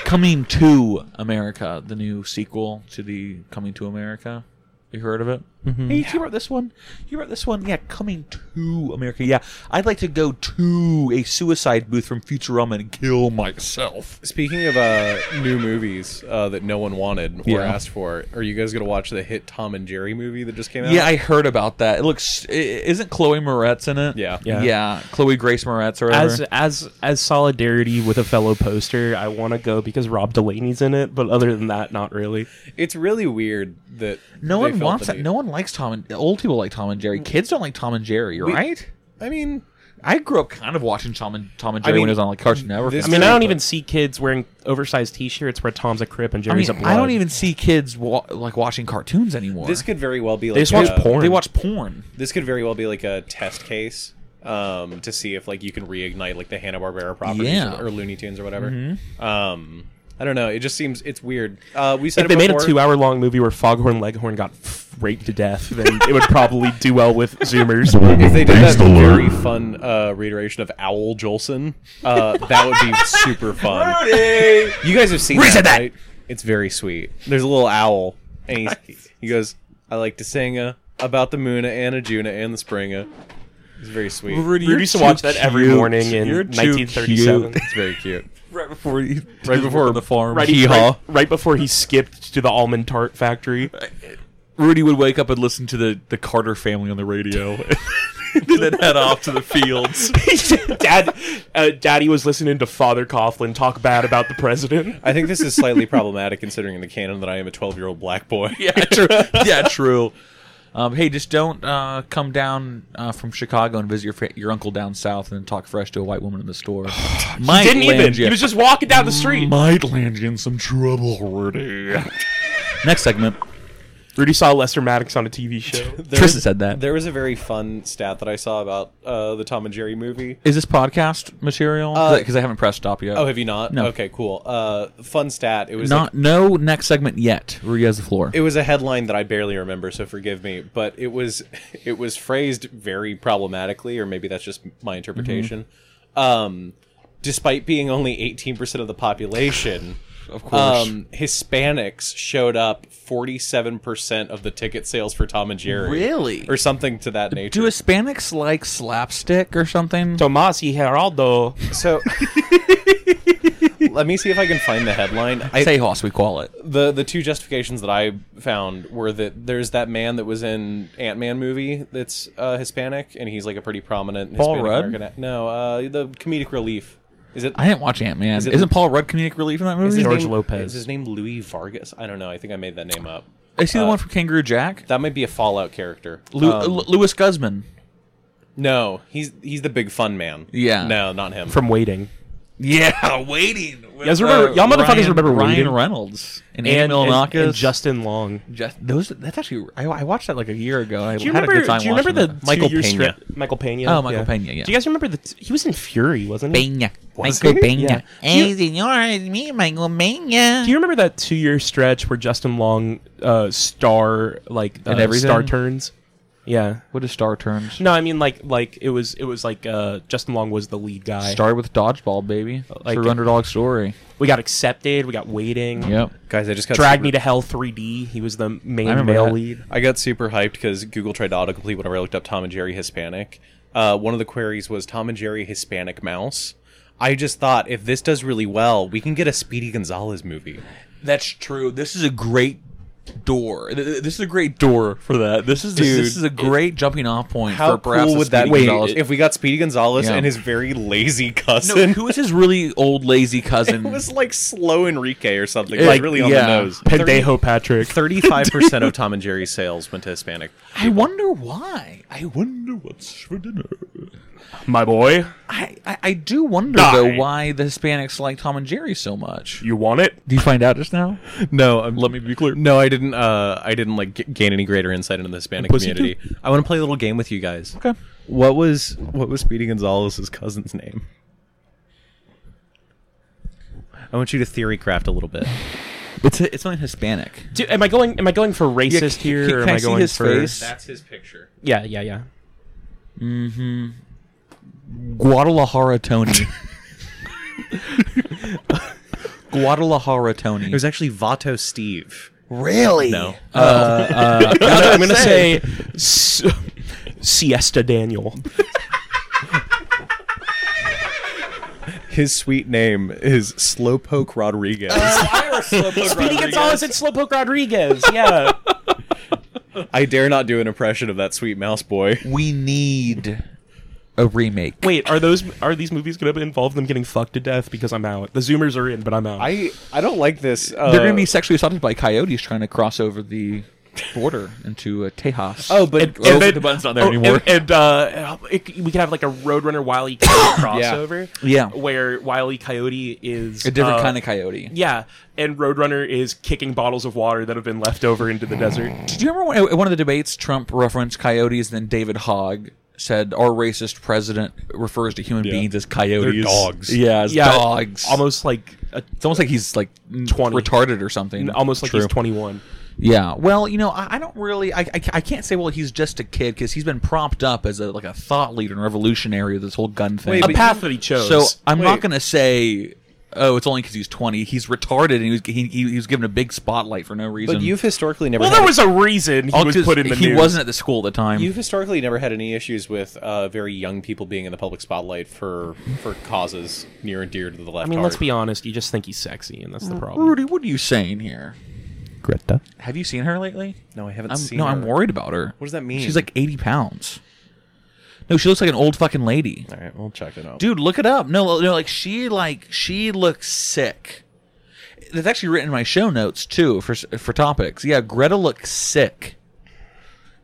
S1: Coming to America, the new sequel to the Coming to America. You heard of it?
S2: Mm-hmm.
S1: Hey, you wrote this one. You wrote this one. Yeah, Coming to America. Yeah, I'd like to go to a suicide booth from Futurama and kill myself.
S2: Speaking of uh, new movies uh, that no one wanted or
S1: Yeah.
S2: asked for, are you guys going to watch the hit Tom and Jerry movie that just came out?
S1: Yeah, I heard about that. It looks. i- Isn't Chloe Moretz in it?
S2: Yeah.
S1: Yeah.
S3: Yeah.
S1: Chloe Grace Moretz or whatever.
S3: As as as solidarity with a fellow poster, I want to go because Rob Delaney's in it. But other than that, not really.
S2: It's really weird that
S1: no one
S2: they felt
S1: wants
S2: the
S1: that.
S2: need-
S1: No one likes Tom and old people like Tom and Jerry. Kids don't like Tom and Jerry, right?
S2: I mean,
S1: I grew up kind of watching Tom and Tom and Jerry
S2: mean,
S1: when it was on like Cartoon Network.
S2: this-
S3: I mean, I don't
S2: But-
S3: even see kids wearing oversized T-shirts where Tom's a crip and
S1: I, mean,
S3: Jerry's a blood.
S1: I don't even see kids wa- like watching cartoons anymore.
S2: this could very well be like
S3: They just watch
S2: a-
S3: porn.
S1: they watch porn.
S2: This could very well be like a test case um, to see if like you can reignite like the Hanna Barbera properties
S1: Yeah.
S2: or, or Looney Tunes or whatever.
S1: Mm-hmm.
S2: Um, I don't know. It just seems it's weird. Uh, we said
S3: If they
S2: it
S3: made a
S2: before.
S3: two-hour-long movie where Foghorn Leghorn got f- raped to death, then it would probably do well with Zoomers.
S2: If they did
S7: Thanks,
S2: that
S7: Dolores.
S2: very fun uh, reiteration of Owl Jolson, uh, that would be super fun. You guys have seen that,
S1: that.
S2: right? It's very sweet. There's a little owl, and he's, he goes, "I like to sing uh, about the Moona and a Juna and the Springa." It's very sweet.
S3: We used to watch that every morning in 1937.
S2: It's very cute.
S1: right before he,
S2: Right before
S1: the farm.
S3: Right, he- right, right before he skipped to the almond tart factory.
S1: Rudy would wake up and listen to the, the Carter family on the radio, and then head off to the fields.
S3: Dad, uh, Daddy was listening to Father Coughlin talk bad about the president.
S2: I think this is slightly problematic considering the canon that I am a 12 year old black boy.
S1: yeah, true. Yeah, true. Um, hey, just don't uh, come down uh, from Chicago and visit your fa- your uncle down south and then talk fresh to a white woman in the store. Might
S3: Didn't
S1: land
S3: even.
S1: ya-
S3: He was just walking down the street.
S1: might land you in some trouble, Rudy. Next segment.
S3: Rudy saw Lester Maddox on a TV show.
S2: There
S5: Tristan
S2: is-
S5: said that.
S2: There was a very fun stat that I saw about uh, the Tom and Jerry movie.
S5: Is this podcast material?
S2: Uh,
S5: Because I haven't pressed stop yet.
S2: Oh, have you not?
S5: No.
S2: Okay, cool. Uh, fun stat. It was like-
S5: Not no next segment yet. Rudy has the floor.
S2: it was a headline that I barely remember, so forgive me. But it was it was phrased very problematically, or maybe that's just
S5: Mm-hmm.
S2: my interpretation. Um, despite being only eighteen percent of the population,
S5: of course.
S2: um, Hispanics showed up forty seven percent of the ticket sales for Tom and Jerry,
S5: Really?
S2: or something to that
S5: Do
S2: nature.
S5: Hispanics like slapstick or something?
S3: Tomas y Geraldo.
S2: so. Let me see if I can find the headline. I,
S5: Tejas, we call it.
S2: the the two justifications that I found were that there's that man that was in Ant Man movie that's uh, Hispanic and he's like a pretty prominent
S5: Paul
S2: Hispanic
S5: Rudd?
S2: American. act- No, uh, the comedic relief is it
S5: I didn't watch Ant Man.
S2: Is it-
S5: Isn't Paul Rudd comedic relief in
S2: is
S5: that movie?
S2: his
S5: Or-
S3: George
S2: name-
S3: Lopez.
S2: Is his name Louis Vargas? I don't know. I think I made that name up.
S5: Is he the
S2: uh,
S5: one from Kangaroo Jack?
S2: That might be a Fallout character.
S5: Lu-
S3: Uh,
S2: Um,
S5: Lu- Louis Guzman.
S2: no, he's he's the big fun man.
S5: Yeah.
S2: no, not him.
S3: From Waiting.
S5: Yeah, waiting. You
S3: guys remember- y'all motherfuckers remember
S5: Uh, Ryan
S3: Waiting?
S5: Reynolds and,
S3: And, and,
S5: Annie Milonakis?
S3: and Justin Long.
S5: Just- those. That's actually. I, I watched that like a year ago. and I
S3: Do you
S5: had a
S3: remember?
S5: good time
S3: Do you remember the
S5: watching
S2: Michael
S3: two-year
S2: Peña.
S3: strip- Michael Pena.
S5: Oh, Michael Peña, yeah.
S3: Do you guys remember the? T- he was in Fury, wasn't he?
S5: Peña.
S2: Was
S5: Michael
S2: he?
S5: Peña.
S3: Yeah.
S5: Hey, senor, it's me, Michael Peña.
S3: Do you remember that two-year stretch where Justin Long uh, star like uh,
S5: And everything?
S3: star turns? Yeah.
S5: what is star turns?
S3: No, I mean like like it was it was like uh, Justin Long was the lead guy.
S5: Start with dodgeball, baby.
S3: Like-
S5: True underdog story.
S3: we got accepted. We got waiting.
S5: Yep.
S2: Guys, I just got
S3: Drag
S2: super-
S3: Me to Hell 3D. He was the
S5: I
S3: main
S5: remember
S3: male
S5: that.
S3: lead.
S2: I got super hyped because Google tried to autocomplete whenever I looked up Tom and Jerry Hispanic. Uh, one of the queries was Tom and Jerry Hispanic Mouse. I just thought if this does really well, we can get a Speedy Gonzalez movie.
S5: That's true. This is a great door. Th- th- This is a great door for that. This is
S2: Dude,
S5: this is a great jumping off point.
S2: How
S5: for perhaps
S2: cool
S5: a
S2: would that
S5: Speedy
S2: be
S5: Gonzalez-
S2: if we got Speedy Gonzalez
S5: Yeah.
S2: and his very lazy
S5: No,
S2: cousin?
S5: who is his really old lazy cousin?
S2: it was like slow Enrique or something,
S5: It-
S2: like really on
S5: yeah.
S2: the nose.
S3: Pendejo Patrick.
S2: Thirty-five percent of Tom and Jerry's sales went to Hispanic.
S5: I wonder why. I wonder what's for dinner.
S6: My boy,
S5: I, I, I do wonder
S6: Die.
S5: though why the Hispanics like Tom and Jerry so much.
S6: you want it?
S5: Do you find out just now?
S2: No, I'm,
S6: Let me be clear.
S2: no, I didn't. Uh, I didn't like g- gain any greater insight into the Hispanic
S5: Pussy
S2: community. I want to play a little game with you guys.
S5: Okay.
S2: What was what was Speedy Gonzalez's cousin's name? I want you to theory craft a little bit.
S5: It's it's something Hispanic.
S3: Do, am I going? Am I going for racist
S5: Yeah,
S3: here?
S5: can-
S3: or am
S5: can I
S3: I,
S5: see
S3: going
S5: his
S3: for?
S5: face? That's
S2: his picture.
S3: Yeah, yeah, yeah.
S5: Guadalajara Tony. Guadalajara Tony.
S2: It was actually Vato Steve.
S5: really?
S2: No.
S3: I'm gonna say s- Siesta Daniel.
S2: His sweet name is Slowpoke Rodriguez.
S3: Speedy Gonzalez and Slowpoke Rodriguez. Yeah.
S2: I dare not do an impression of that sweet mouse boy.
S5: We need a remake.
S3: Wait, are those are these movies gonna involve them getting fucked to death? Because I'm out. The Zoomers are in, but I'm out.
S2: I I don't like this. Uh,
S5: They're going to be sexually assaulted by coyotes trying to cross over the border into uh, Tejas.
S2: Oh, but
S5: And- and
S2: oh,
S5: then- the button's not there
S3: oh,
S5: anymore.
S3: And, and, uh, it, we could have like a Roadrunner Wiley Coyote crossover.
S5: Yeah.
S3: Where Wiley Coyote is
S5: a different
S3: uh,
S5: kind of coyote.
S3: Yeah, and Roadrunner is kicking bottles of water that have been left over into the desert.
S5: Do you remember when, at one of the debates Trump referenced coyotes, and then David Hogg said our racist president refers to human beings as coyotes,
S2: dogs.
S5: Yeah, as
S3: Yeah,
S5: dogs.
S3: Almost like a,
S5: It's almost like he's like
S3: 20.
S5: retarded or something.
S3: almost like
S5: True.
S3: he's 21.
S5: Yeah. Well, you know, I, I don't really. I, I, ca- I can't say. Well, he's just a kid because he's been propped up as a like a thought leader and revolutionary of this whole gun thing.
S2: Wait,
S3: A
S2: but
S3: path that he chose.
S5: so I'm not
S2: wait.
S5: going to say. Oh, it's only because he's 20. He's retarded, and he was he, he, he was given a big spotlight for no reason.
S2: but you've historically never.
S3: well,
S2: had
S3: there was a reason he
S5: All
S3: was
S5: 'cause
S3: put in the
S5: he
S3: news.
S5: wasn't at the school at the time.
S2: You've historically never had any issues with uh, very young people being in the public spotlight for for causes near and dear to the
S3: I
S2: left.
S3: mean, let's be honest. You just think he's sexy, and that's the problem.
S5: Rudy, what are you saying here?
S2: Greta.
S5: Have you seen her lately?
S2: No, I haven't
S5: I'm,
S2: seen.
S5: no,
S2: her.
S5: I'm worried about her.
S2: What does that mean?
S5: She's like 80 pounds. No, she looks like an old fucking lady.
S2: All right, we'll check it out.
S5: dude look it up no no like she like she looks sick that's actually written in my show notes too for for topics yeah greta looks sick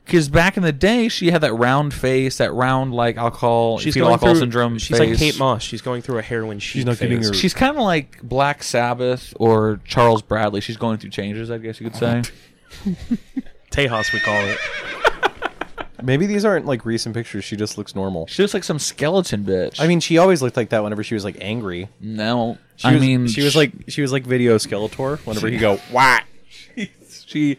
S5: because back in the day she had that round face that round like alcohol she's fetal alcohol syndrome
S3: She's
S5: face.
S3: like Kate Moss. She's going through a heroin. She's
S2: not getting her-
S5: she's kind of like black sabbath or charles bradley she's going through changes i guess you could say
S3: Tejas, we call it.
S2: Maybe these aren't like recent pictures. She just looks normal.
S1: She looks like some skeleton bitch.
S2: I mean, she always looked like that whenever she was like angry.
S1: no.
S2: She
S1: I
S2: was,
S1: mean,
S2: she was like she was like video Skeletor. Whenever you go, whack.
S1: she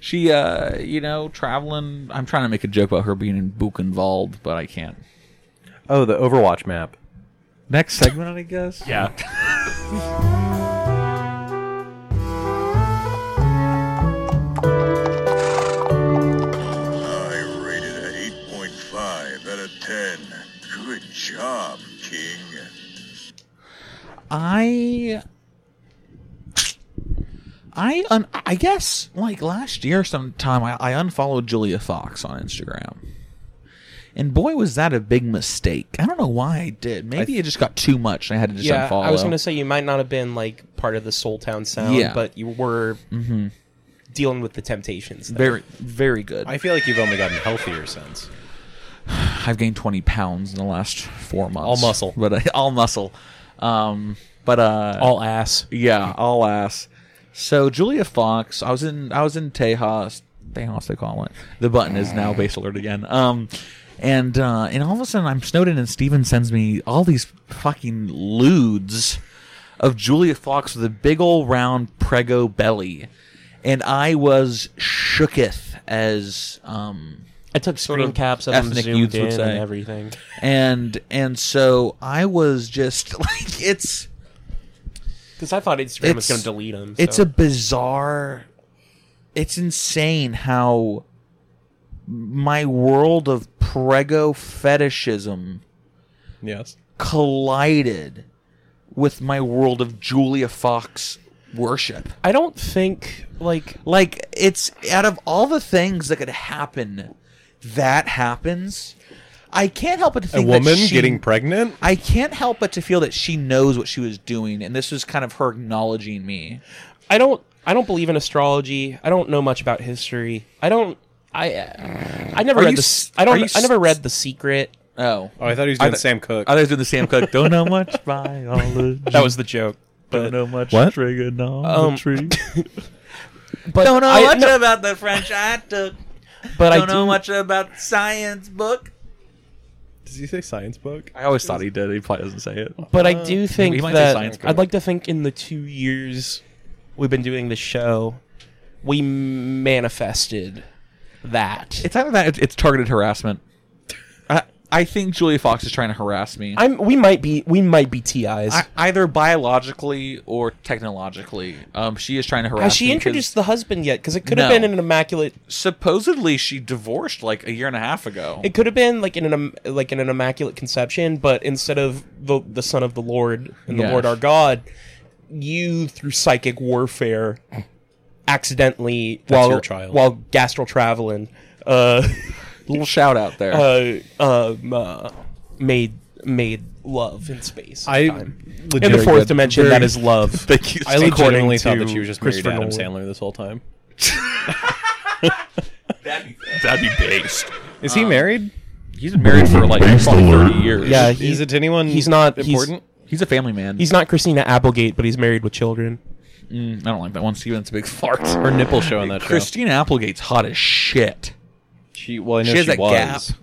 S1: she uh you know traveling i'm trying to make a joke about her being in buchenwald but i can't
S2: Oh, the Overwatch map.
S1: next segment i guess
S3: Yeah.
S7: I rated a 8.5 out of 10. Good job, King.
S1: i i un- i guess like last year sometime I, I unfollowed julia fox on instagram and boy was that a big mistake i don't know why i did maybe it just got too much and i had to just
S3: yeah,
S1: unfollow
S3: I was gonna say you might not have been like part of the Soul Town sound,
S1: Yeah.
S3: but you were dealing with the temptations. there.
S1: very very good
S2: I feel like you've only gotten healthier since.
S1: I've gained 20 pounds in the last four months.
S2: All muscle.
S1: but uh, all muscle. Um, but uh,
S3: all ass.
S1: yeah, all ass. So Julia Fox, I was in, I was in Tejas, Tejas they call it. The button is now base alert again. Um, and uh, and all of a sudden I'm snowed in, and Steven sends me all these fucking lewds of Julia Fox with a big old round prego belly, and I was shooketh as um
S3: I took screen
S1: of
S3: caps of them
S1: ethnic
S3: zoomed
S1: youths would
S3: in and
S1: say.
S3: everything.
S1: and and so I was just like it's
S3: Because I thought Instagram
S1: It's-
S3: was gonna delete them.
S1: it's a bizarre it's insane how my world of prego fetishism
S2: Yes.
S1: collided with my world of Julia Fox worship.
S3: I don't think like
S1: Like it's out of all the things that could happen, that happens. I can't help but to
S2: A
S1: think that
S2: woman
S1: she-
S2: getting pregnant.
S1: I can't help but to feel that she knows what she was doing, and this was kind of her acknowledging me.
S3: I don't I don't believe in astrology. I don't know much about history. I don't I uh, I never
S1: Are
S3: read
S1: you
S3: the
S1: s-
S3: s- I don't
S1: are you
S3: I never read The Secret.
S1: Oh,
S2: Oh, I thought he was doing Sam Cook.
S1: I was doing the Sam Cook. Don't know much biology.
S3: That was the joke.
S1: Don't know much
S2: What?
S1: trigonometry.
S3: Um, But
S1: don't know
S3: I,
S1: much
S3: no,
S1: about the French I took.
S3: but I
S1: don't know
S3: do-
S1: much about the science book.
S2: Does he say science book?
S1: I always thought he did. He probably doesn't say it.
S3: But I do think
S1: he might say science
S3: that
S1: book.
S3: I'd like to think in the two years we've been doing the show, we manifested that.
S1: It's either that. It's, it's targeted harassment. I, I think Julia Fox is trying to harass me.
S3: I'm. We might be. We might be TIs.
S1: I, either biologically or technologically, um, she is trying to harass.
S3: Has she
S1: me 'cause
S3: introduced the husband yet? Because it could have
S1: No.
S3: been in an immaculate.
S1: Supposedly, she divorced like a year and a half ago.
S3: It could have been like in an im- like in an immaculate conception, but instead of the the son of the Lord and the
S1: Yes.
S3: Lord our God, you through psychic warfare, accidentally while
S2: your child.
S3: while gastral traveling, uh,
S1: Little shout out there.
S3: uh, um, uh, made made love in space.
S2: I
S3: in the fourth dimension, that is love.
S1: Thank you.
S2: I
S3: according
S2: legitimately thought
S3: to
S2: that she was just married to
S3: Christopher
S2: Adam
S3: Nolan.
S2: Sandler this whole time.
S1: That'd be based.
S2: Is he married?
S1: He's married for like probably thirty years.
S3: Yeah,
S2: Is,
S3: he-
S2: is it to anyone?
S3: he's not- he's-
S2: important.
S1: he's a family man.
S3: He's not Christina Applegate, but he's married with children.
S1: I don't like that one. Steven's a big fart.
S2: Her nipple show on that show.
S1: Christina Applegate's hot as shit.
S2: She well, I know
S1: She
S2: she,
S1: has that
S2: was.
S1: gap.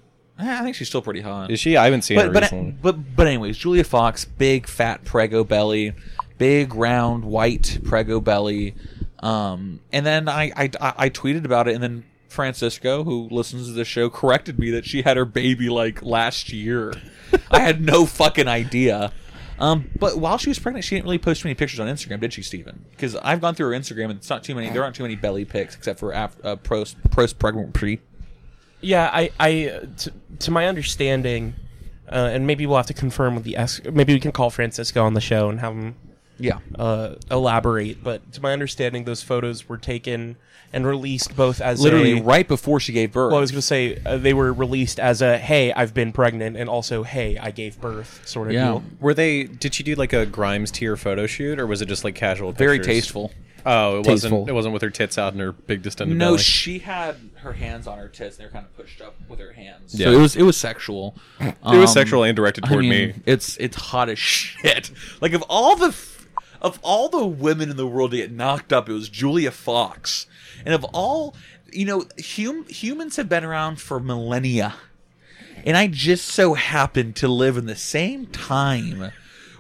S1: Eh, I think she's still pretty hot.
S2: Is she? I haven't seen her
S1: but
S2: recently.
S1: but, but but anyways, Julia Fox, big fat prego belly, big round white prego belly, um, and then I I, I I tweeted about it, and then Francisco, who listens to the show, corrected me that she had her baby like last year. I had no fucking idea. Um, but while she was pregnant, she didn't really post many pictures on Instagram, did she, Steven? Because I've gone through her Instagram, and it's not too many. There aren't too many belly pics except for af- uh, post post pregnant pre.
S3: Yeah, I, I uh, t- to my understanding, uh, and maybe we'll have to confirm with the ex- maybe we can call Francisco on the show and have him
S1: Yeah,
S3: uh, elaborate. But to my understanding, those photos were taken and released both as
S1: literally
S3: A,
S1: right before she gave birth.
S3: well, I was going to say uh, they were released as a "Hey, I've been pregnant," and also "Hey, I gave birth" sort of
S1: yeah,
S3: deal.
S2: Were they? Did she do like a Grimes tier photo shoot, or was it just like casual?
S1: very
S2: pictures?
S1: tasteful.
S2: Oh, it
S1: Tasteful.
S2: wasn't. It wasn't with her tits out and her big distended
S1: No,
S2: belly.
S1: she had her hands on her tits. and They were kind of pushed up with her hands.
S2: Yeah.
S1: So it was it was sexual. Um, It
S2: it was sexual and directed toward me.
S1: It's it's hot as shit. Like of all the f- of all the women in the world to get knocked up, it was Julia Fox. And of all you know, hum- humans have been around for millennia, and I just so happened to live in the same time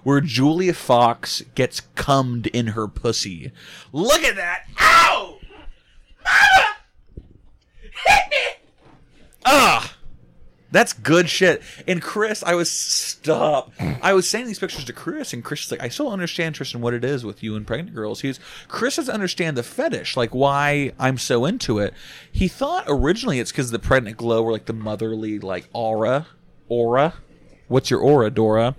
S1: where Julia Fox gets cummed in her pussy. Look at that! Ow! Mama! Hit me! Ah! That's good shit. And Chris, I was stop. I was sending these pictures to Chris, and Chris is like, I still don't understand Tristan what it is with you and pregnant girls. He's Chris doesn't understand the fetish, like why I'm so into it. He thought originally it's because the pregnant glow or like the motherly like aura, aura. What's your aura, Dora?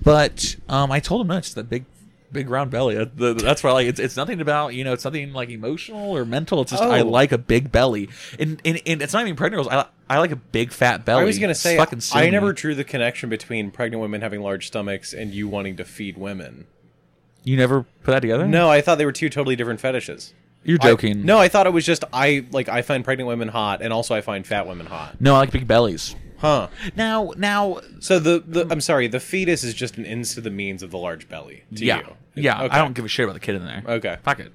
S1: But um, I told him no, it's the big, big round belly. That- the- That's why like it's, it's nothing about you know it's nothing like emotional or mental. It's just I
S2: Oh.
S1: like a big belly, and, and and it's not even pregnant girls. I I like a big fat belly.
S2: I was gonna say
S1: Fucking sue
S2: I
S1: me.
S2: never drew the connection between pregnant women having large stomachs and you wanting to feed women.
S1: You never put that together?
S2: No, I thought they were two totally different fetishes.
S1: You're
S2: I-
S1: joking.
S2: no, I thought it was just I like I find pregnant women hot, and also I find fat women hot.
S1: No, I like big bellies.
S2: Huh.
S1: Now, now,
S2: So the, the I'm sorry, the fetus is just an ends to the means of the large belly. To
S1: yeah,
S2: you.
S1: yeah.
S2: Okay.
S1: I don't give a shit about the kid in there.
S2: Okay.
S1: fuck it.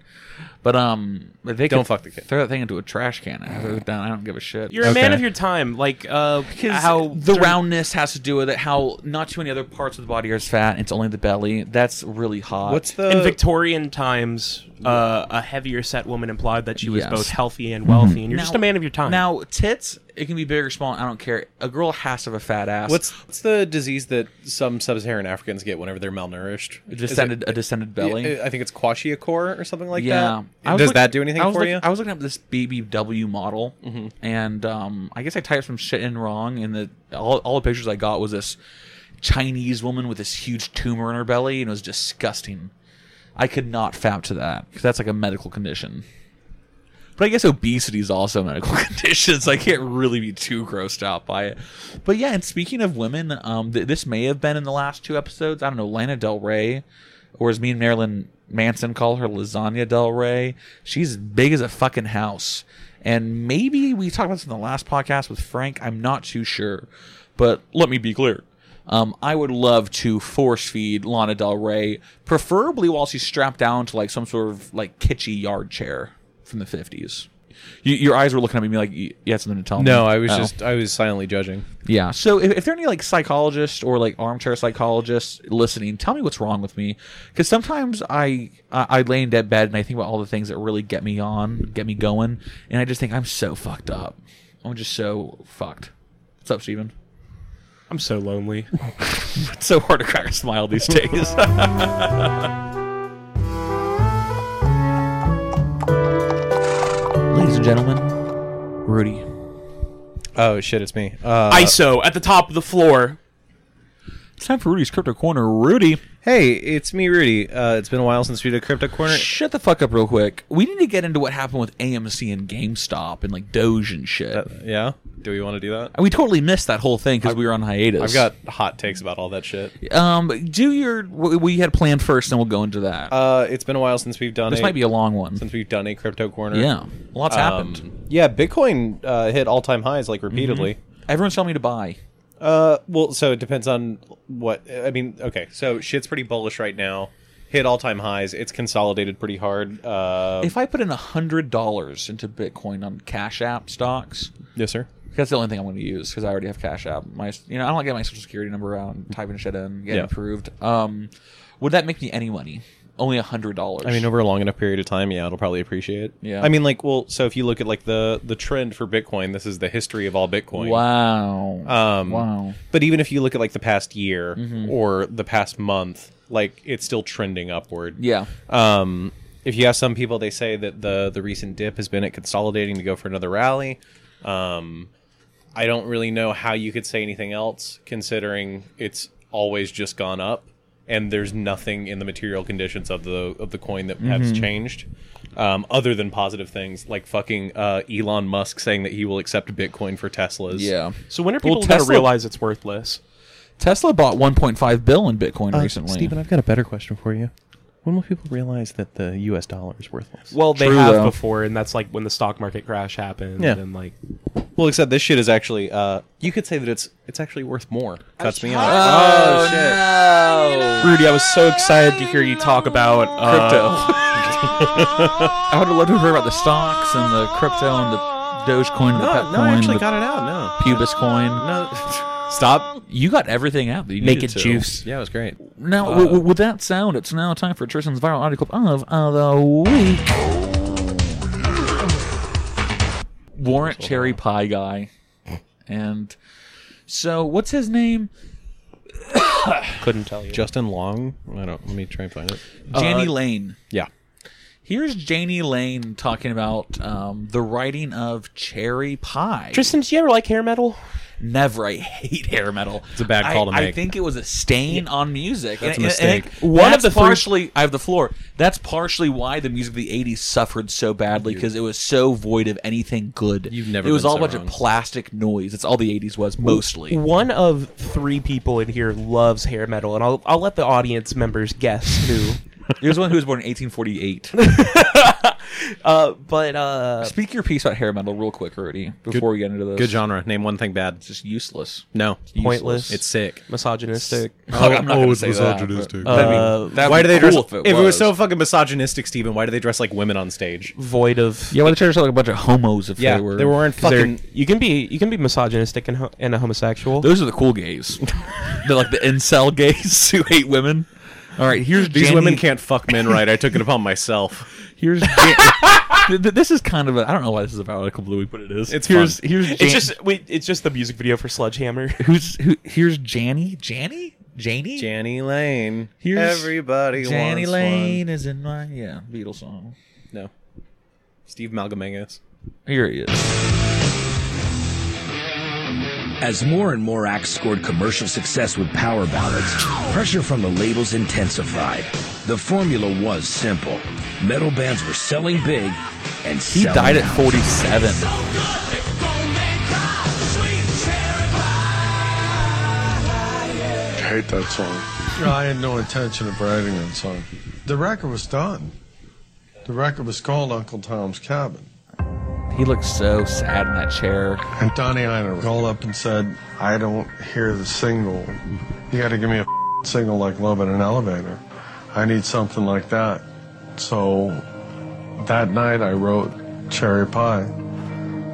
S1: But um, but they
S2: Don't
S1: could
S2: fuck the kid.
S1: Throw that thing into a trash can. and throw it down. I don't give a shit.
S3: You're a man
S2: Okay.
S3: of your time. Like uh,
S1: 'Cause
S3: how
S1: the
S3: dur-
S1: roundness has to do with it. How not too many other parts of the body are as fat. It's only the belly. That's really hot.
S2: What's the
S3: in Victorian times, uh, a heavier set woman implied that she was
S1: Yes.
S3: both healthy and wealthy, and you're
S1: Now-
S3: just a man of your time.
S1: Now tits, it can be big or small. I don't care. A girl has to have a fat ass.
S2: what's what's the disease that some sub-Saharan Africans get whenever they're malnourished?
S1: a
S2: Is it-
S1: descended a descended belly?
S3: uh,
S2: I think it's kwashiorkor or something like
S1: yeah. I
S2: that.
S1: was
S2: Does
S1: look-
S2: that do anything
S1: I was
S2: for
S1: look-
S2: you?
S1: I was looking up this BBW model,
S3: Mm-hmm.
S1: and um, I guess I typed some shit in wrong, and the all, all the pictures I got was this Chinese woman with this huge tumor in her belly, and it was disgusting. I could not fap to that because that's like a medical condition. But I guess obesity is also a medical condition, so I can't really be too grossed out by it. But yeah, and speaking of women, um, th- this may have been in the last two episodes. I don't know, Lana Del Rey, or as me and Marilyn Manson call her, Lasagna Del Rey. She's big as a fucking house. And maybe we talked about this in the last podcast with Frank. I'm not too sure. But let me be clear. Um, I would love to force feed Lana Del Rey, preferably while she's strapped down to like some sort of like kitschy yard chair from the fifties. You, your eyes were looking at me like you, you had something to tell me.
S2: no, I was
S1: Oh.
S2: just I was silently judging.
S1: yeah. So if, if there are any like psychologists or like armchair psychologists listening, tell me what's wrong with me because sometimes I, I I lay in dead bed and I think about all the things that really get me on, get me going, and I just think I'm so fucked up. I'm just so fucked. What's up, Steven?
S3: I'm so lonely.
S1: It's so hard to crack a smile these days. Ladies and gentlemen, Rudy.
S2: Oh shit, it's me. Uh,
S3: ISO at the top of the floor.
S1: It's time for Rudy's Crypto Corner. Rudy,
S2: hey, it's me, Rudy. Uh, it's been a while since we did Crypto Corner.
S1: shut the fuck up real quick. We need to get into what happened with AMC and GameStop and like Doge and shit.
S2: Yeah, do we want to do that?
S1: we totally missed that whole thing because we were on hiatus.
S2: I've got hot takes about all that shit.
S1: um. Do your what we had planned first, and we'll go into that.
S2: Uh, it's been a while since we've done
S1: this
S2: a,
S1: might be a long one.
S2: since we've done a Crypto Corner.
S1: Yeah, lots
S2: Um,
S1: happened.
S2: yeah, Bitcoin uh, hit all time highs like repeatedly.
S1: Everyone's telling me to buy.
S2: Uh, well, so it depends on what I mean. Okay, so shit's pretty bullish right now. Hit all time highs. It's consolidated pretty hard. Uh,
S1: if I put in hundred dollars into Bitcoin on Cash App stocks,
S2: yes, sir.
S1: that's the only thing I'm going to use because I already have Cash App. My, you know, I don't like getting my social security number out and typing shit in, getting
S2: Yeah.
S1: approved. Um, would that make me any money? Only hundred dollars.
S2: I mean, over a long enough period of time, yeah, it'll probably appreciate.
S1: Yeah.
S2: I mean, like, well, so if you look at like the the trend for Bitcoin, this is the history of all Bitcoin.
S1: wow,
S2: Um,
S1: wow. Mm-hmm.
S2: But even if you look at like the past year or the past month, like it's still trending upward.
S1: Yeah,
S2: Um, if you ask some people, they say that the the recent dip has been at consolidating to go for another rally. Um, I don't really know how you could say anything else, considering it's always just gone up, and there's nothing in the material conditions of the of the coin that has
S1: Mm-hmm.
S2: changed, um, other than positive things like fucking uh, Elon Musk saying that he will accept Bitcoin for Teslas.
S1: yeah.
S3: So when are
S1: Well,
S3: people gonna
S1: Tesla-
S3: realize it's worthless?
S1: Tesla bought 1.5 bill in
S2: Uh,
S1: Bitcoin recently.
S2: I've got a better question for you. When will people realize that the U.S. dollar is worthless?
S3: Well, they
S1: True,
S3: have
S1: though.
S3: before, and that's like when the stock market crash happened.
S2: Yeah.
S3: and like
S2: Well, except this shit is actually. Uh, you could say that it's it's actually worth more. Cuts me off.
S1: oh, shit!
S3: Rudy, I was so excited to hear you talk about uh,
S1: Crypto. I would have loved to hear about the stocks and the crypto and the Dogecoin and the
S2: No,
S1: Pepcoin.
S2: Uh, no, I actually
S1: the
S2: got it out. No.
S1: Pubis coin.
S2: No. Stop.
S1: You got everything out. That you
S3: Make
S1: needed Uh,
S3: it
S1: to.
S3: juice.
S2: Yeah, it was great.
S1: Now, w- w- with that sound, it's now time for Tristan's viral audio clip of uh, the week. Warrant Cherry Pie Guy. And so, what's his name?
S3: Couldn't tell you.
S2: Justin Long. I don't. Let me try and find it.
S1: Janie Lane.
S2: Yeah.
S1: Here's Janie Lane talking about um, the writing of Cherry Pie.
S3: Tristan, do you ever like hair metal?
S1: Never. I hate hair metal. It's
S2: a bad call
S1: I,
S2: to
S1: I
S2: make.
S1: think it was a stain on music.
S2: That's
S1: And-
S2: a
S1: and- and
S2: mistake.
S1: one
S3: That's
S1: of the
S3: three-
S1: partially, I have the floor. That's partially why the music of the '80s suffered so badly because it was so void of anything good.
S2: You've never
S1: It was
S2: been
S1: all a
S2: so
S1: bunch
S2: wrong.
S1: of plastic noise. That's all the '80s was mostly.
S3: One of three people in here loves hair metal, and I'll, I'll let the audience members guess who.
S1: It was one who was born in 1848.
S3: uh, but uh,
S1: Speak your piece about hair metal real quick, Rudy, before we get into this.
S2: Good genre. Name one thing bad.
S1: Just useless.
S2: No.
S3: pointless.
S2: It's sick.
S3: misogynistic.
S1: I'm not
S6: oh,
S1: gonna
S6: it's
S1: say that, but-
S6: misogynistic.
S1: I mean,
S3: Uh,
S1: that'd
S2: why
S1: be
S2: do they
S1: cool
S2: dress?
S1: if it
S2: if it was
S1: was
S2: so fucking misogynistic, Steven, why do they dress like women on stage?
S3: Void of
S1: Yeah, why they dress like a bunch of homos if
S2: Yeah,
S1: they were?
S2: they were wearing fucking.
S3: you can be you can be misogynistic and, ho- and a homosexual.
S1: Those are the cool gays. They're like the incel gays who hate women. All right, here's
S2: These
S1: Jenny-
S2: women can't fuck men right. I took it upon myself.
S1: Here's Jan- Th- th- this is kind of a I don't know why this is about Article Blue, but it is.
S2: It's
S1: here's
S2: fun.
S1: here's Jan-
S3: it's just wait, it's just the music video for Sledgehammer.
S1: who's who, here's Janny Janny Janie
S2: Janny Lane.
S1: Here's
S2: Everybody
S1: Janny
S2: wants
S1: Lane is in my yeah Beatles song.
S2: one. No. Steve Malgamangas.
S1: Here he is.
S8: As more and more acts scored commercial success with power ballads, pressure from the labels intensified. The formula was simple. Metal bands were selling big and
S1: He
S8: selling
S1: died
S8: out.
S1: at 47.
S5: I hate that song. I had no intention of writing that song. The record was done. The record was called Uncle Tom's Cabin.
S1: He looked so sad in that chair.
S5: And Donnie Einer called up and said, I don't hear the single. You gotta give me a single like Love in an Elevator. I need something like that. So that night I wrote Cherry Pie.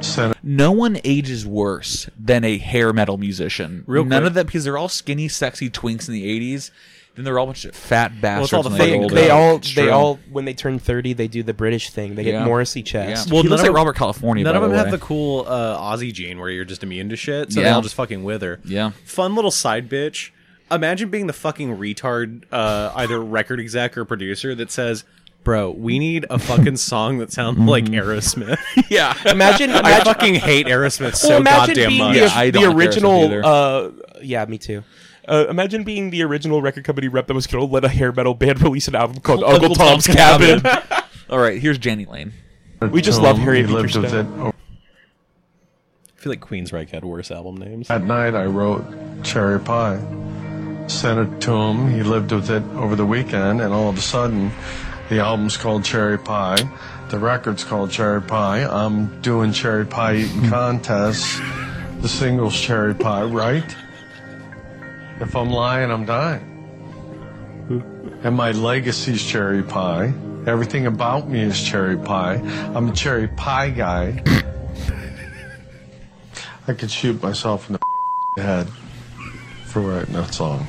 S5: Sent
S1: No one ages worse than a hair metal musician.
S2: Real
S1: None
S2: quick.
S1: of them because they're all skinny, sexy twinks in the 80s. Then they're all a bunch of fat bastards.
S2: all the
S1: when
S2: fake-
S1: get older.
S3: They, they all
S1: It's
S3: they
S1: true.
S3: all when they turn thirty they do the British thing. They
S1: Yeah.
S3: get Morrissey
S1: Yeah.
S3: chest.
S1: Well,
S2: He
S1: none
S2: looks
S1: of them,
S2: like
S1: Robert California.
S2: None
S1: by
S2: of them
S1: the
S2: have
S1: way.
S2: the cool uh, Aussie gene where you're just immune to shit, so they
S1: Yeah.
S2: all just fucking wither.
S1: Yeah.
S2: Fun little side bitch. Imagine being the fucking retard, uh, either record exec or producer that says, "Bro, we need a fucking song that sounds like Aerosmith."
S3: Mm-hmm. Yeah. Imagine
S2: I
S3: imagine,
S2: fucking hate Aerosmith so
S3: well, imagine
S2: goddamn
S3: being
S2: much.
S3: the,
S1: Yeah, I don't
S3: the
S1: like Aerosmith either.
S3: original uh yeah, me too. Uh, imagine being the original record company rep that was gonna let a hair metal band release an album called Uncle, Tom's, Cabin.
S1: all right, here's Janie Lane.
S5: it
S3: We just
S5: to
S3: love
S5: him.
S3: Harriet
S5: He lived
S3: Beecher
S5: with it
S3: Stowe.
S5: over
S2: I feel like Queensryche had worse album names.
S5: That night I wrote Cherry Pie. Sent it to him. He lived with it over the weekend, and all of a sudden, the album's called Cherry Pie. The record's called Cherry Pie. I'm doing Cherry Pie eating contests. The single's Cherry Pie, right? If I'm lying, I'm dying. And my legacy's Cherry Pie. Everything about me is Cherry Pie. I'm a Cherry Pie guy. I could shoot myself in the head for writing that song.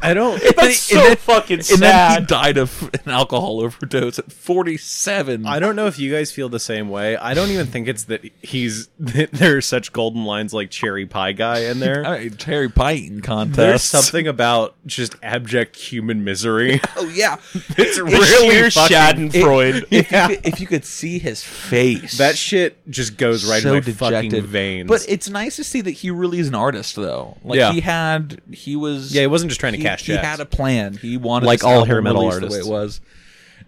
S2: I don't.
S3: That's so fucking
S1: And then he
S3: sad.
S1: died of an alcohol overdose at 47.
S2: I don't know if you guys feel the same way. I don't even think it's that he's that there are such golden lines like cherry pie guy in there.
S1: All right, Terry Pyton contest.
S2: There's something about just abject human misery.
S1: Oh yeah,
S2: it's
S3: sheer
S2: really fucking,
S3: Schadenfreud.
S1: If,
S2: Yeah.
S1: you could, if you could see his face,
S2: that shit just goes right in my fucking veins.
S1: But it's nice to see that he really is an artist, though. Like
S2: Yeah.
S1: he had, he was.
S2: Yeah, he wasn't just trying to
S1: he-
S2: cash
S1: He
S2: checks.
S1: had a plan. He wanted
S2: Like
S1: this
S2: all
S1: album
S2: hair metal
S1: released The
S2: artists. Uh,
S1: way it was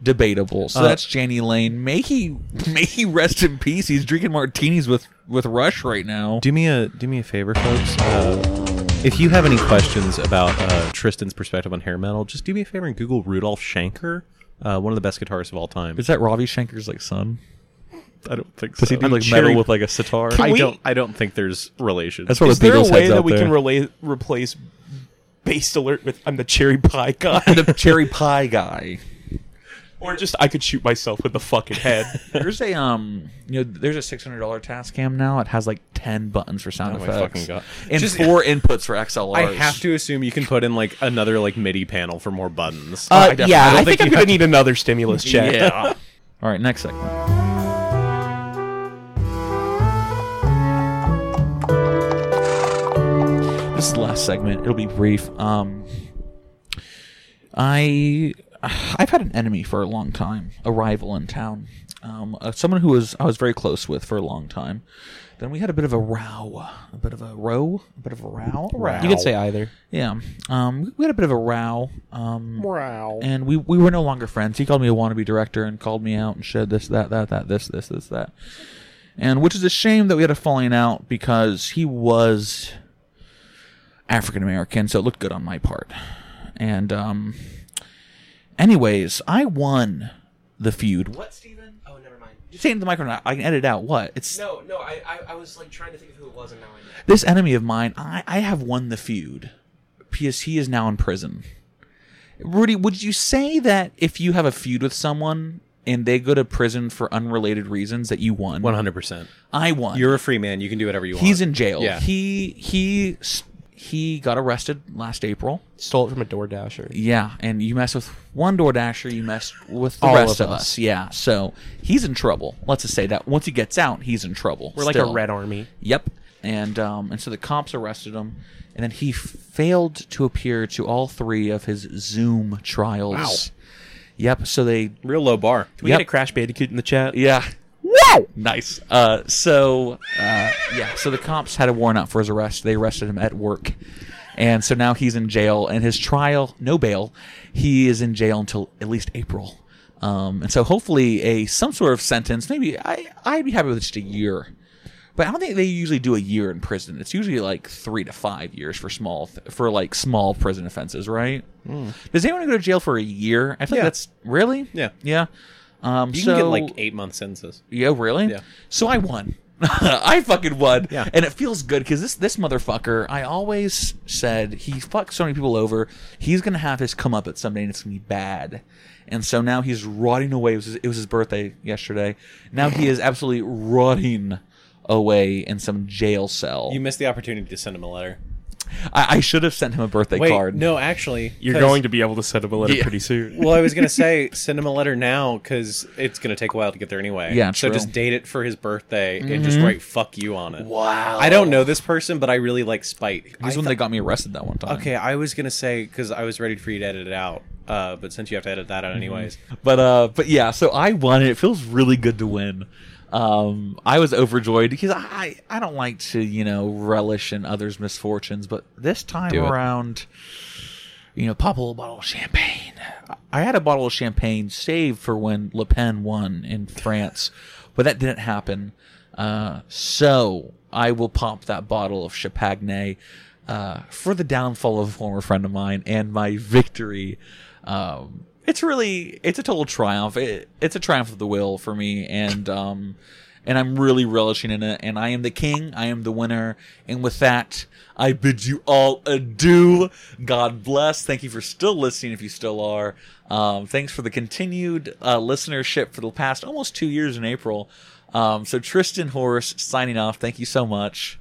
S1: debatable. So that's Janie Lane. May he may he rest in peace. He's drinking martinis with with Rush right now.
S2: do me a do me a favor, folks. Uh, if you have any questions about uh, Tristan's perspective on hair metal, just do me a favor and Google Rudolf Schenker, uh, one of the best guitarists of all time.
S1: Is that Robbie Shanker's like son?
S2: I don't think so.
S1: Does he do like
S2: cherry-
S1: metal with like a sitar?
S2: I
S3: we-
S2: don't. I don't think there's relation.
S1: That's what
S3: Is
S1: the
S3: there a
S1: Beatles
S3: way
S1: heads
S3: that
S1: out
S3: we
S1: there.
S3: can relay, replace based alert with I'm the cherry pie guy?
S1: the cherry pie guy.
S6: Or just I could shoot myself with the fucking head.
S5: There's a um, you know, there's a six hundred dollar task cam now. It has like ten buttons for sound
S2: Oh my fucking
S5: effects
S2: God.
S5: and
S2: Just-
S5: four inputs for XLRs.
S2: I have to assume you can put in like another like MIDI panel for more buttons.
S5: I
S6: Uh,
S5: definitely-
S6: yeah,
S5: I
S6: I,
S5: don't
S6: think,
S2: think
S6: I'm
S2: you
S6: gonna
S2: have-
S6: need another stimulus check.
S5: Yeah. All right, next segment. This is the last segment. It'll be brief. Um, I I've had an enemy for a long time, a rival in town, um, uh, someone who was I was very close with for a long time. Then we had a bit of a row, a bit of a row, a bit of a row. row.
S3: You could say either.
S5: Yeah. Um, we had a bit of a row. Um,
S3: Oh,
S5: row. And we, we were no longer friends. He called me a wannabe director and called me out and said this, that, that, that, this, this, this, that. And which is a shame that we had a falling out because he was African American, so it looked good on my part. And, um, anyways, I won the feud. What?
S3: What, Steven? Oh, never mind. Just,
S5: Say it into the microphone. I can edit out what? It's
S3: no, no, I, I, I was like trying to think of who it was, and now I know.
S5: this enemy of mine, I, I have won the feud because he is now in prison. Rudy, would you say that if you have a feud with someone and they go to prison for unrelated reasons that you won?
S2: One hundred percent.
S5: I won.
S2: You're a free man. You can do whatever you want.
S5: He's in jail.
S2: Yeah.
S5: He he s- he got arrested last April.
S3: Stole it from a DoorDasher.
S5: Yeah, and you mess with one DoorDasher, you mess with the
S3: All
S5: rest
S3: of
S5: of us.
S3: us.
S5: Yeah, so he's in trouble. Let's just say that once he gets out, he's in trouble.
S3: We're like a
S5: still.
S3: red army.
S5: Yep. And um, and so the cops arrested him, and then he failed to appear to all three of his Zoom trials. Yep. So they.
S2: Real low bar.
S3: Can we
S5: Yep.
S3: get a Crash Bandicoot in the chat?
S5: Yeah. Wow. Nice. Uh, so uh, yeah. So the cops had a warrant out for his arrest. They arrested him at work, and so now he's in jail. And his trial, no bail. He is in jail until at least April. Um, and so hopefully a some sort of sentence. Maybe I I'd be happy with just a year. But I don't think they usually do a year in prison. It's usually like three to five years for small th- for like small prison offenses, right? Does anyone go to jail for a year? I think
S2: Hmm. Yeah.
S5: that's really
S2: Yeah.
S5: yeah. Um,
S2: You
S5: so,
S2: can get like eight month sentences.
S5: yeah, really?
S2: Yeah.
S5: So I won. I fucking won.
S2: Yeah.
S5: And it feels good because this this motherfucker, I always said he fucks so many people over. He's gonna have his come up at someday and it's gonna be bad. And so now he's rotting away. It was his, it was his birthday yesterday. Now he is absolutely rotting away in some jail cell.
S2: You missed the opportunity to send him a letter.
S5: I, I should have sent him a birthday
S2: Wait,
S5: card.
S2: no, actually,
S6: You're going to be able to send him a letter pretty soon.
S2: well, I was gonna say send him a letter now because it's gonna take a while to get there anyway.
S5: Yeah,
S2: So
S5: true.
S2: just date it for his birthday and
S6: Mm-hmm.
S2: just write "fuck you" on it. Wow. I don't know this person, but I really like spite.
S5: He's
S2: I
S5: the one that got me arrested that one time.
S2: Okay, I was gonna say because I was ready for you to edit it out, uh, but since you have to edit that out anyways,
S5: But uh, but yeah, so I won, and it feels really good to win. Um, I was overjoyed because I I don't like to you know relish in others' misfortunes, but this time
S2: Do it.
S5: around, you know, pop a little bottle of champagne. I had a bottle of champagne saved for when Le Pen won in France, but that didn't happen. Uh, so I will pop that bottle of Champagne uh, for the downfall of a former friend of mine and my victory. Um, it's really it's a total triumph. It, it's a triumph of the will for me, and um, and I'm really relishing in it. And I am the king. I am the winner. And with that, I bid you all adieu. God bless. Thank you for still listening, if you still are. Um, thanks for the continued uh, listenership for the past almost two years in April. Um, so Tristan Horace signing off. Thank you so much.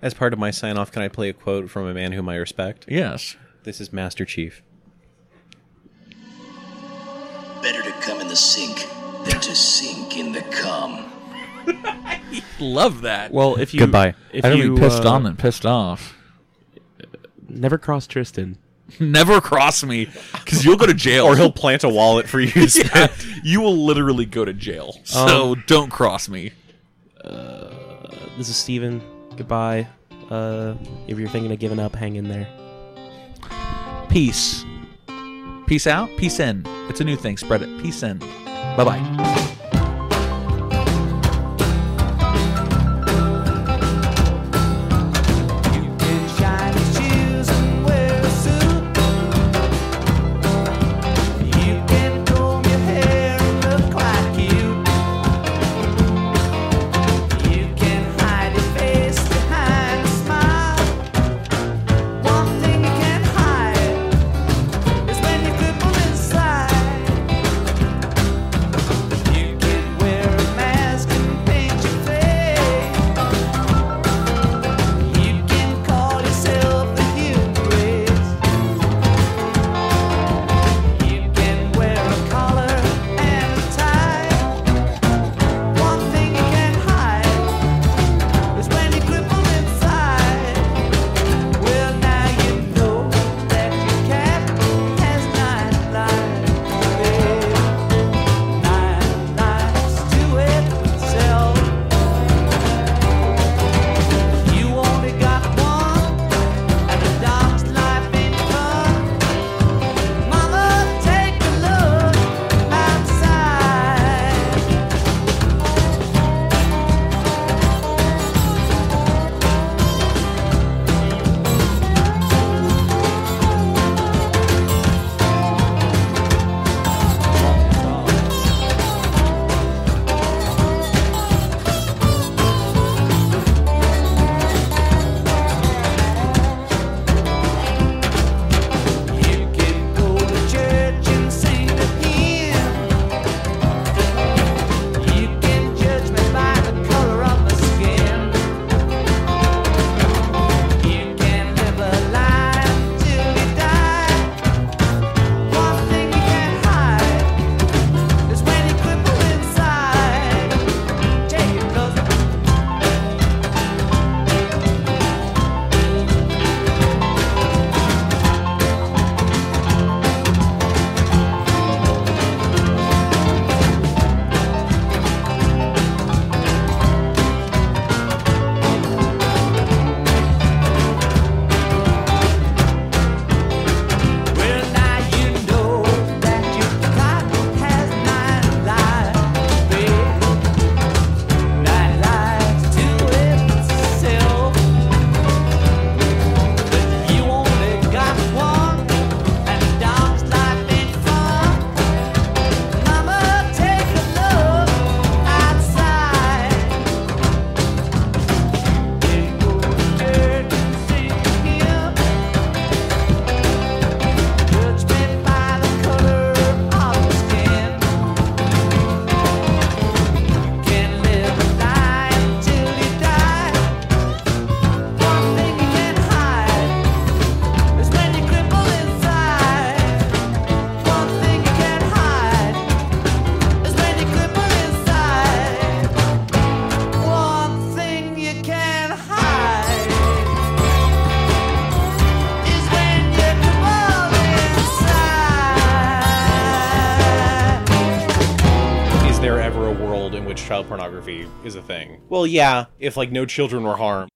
S2: as part of my sign off, can I play a quote from a man whom I respect?
S5: Yes.
S2: This is Master Chief.
S7: Better to come in the sink than to sink in the cum.
S5: Love that.
S3: Well, if you
S2: Goodbye.
S3: if
S5: I don't
S3: you
S5: be pissed
S3: uh,
S5: on than pissed off.
S3: never cross Tristan.
S5: Never cross me, because you'll go to jail,
S2: Or he'll plant a wallet for you. to
S5: Yeah, you will literally go to jail. So don't cross me.
S3: This is Steven. Goodbye. Uh, if you're thinking of giving up, hang in there.
S5: Peace. Peace out. Peace in. It's a new thing. Spread it. Peace in. Bye bye.
S9: Inside.
S2: ever a world in which child pornography is a thing. Well, yeah, if like no children were harmed,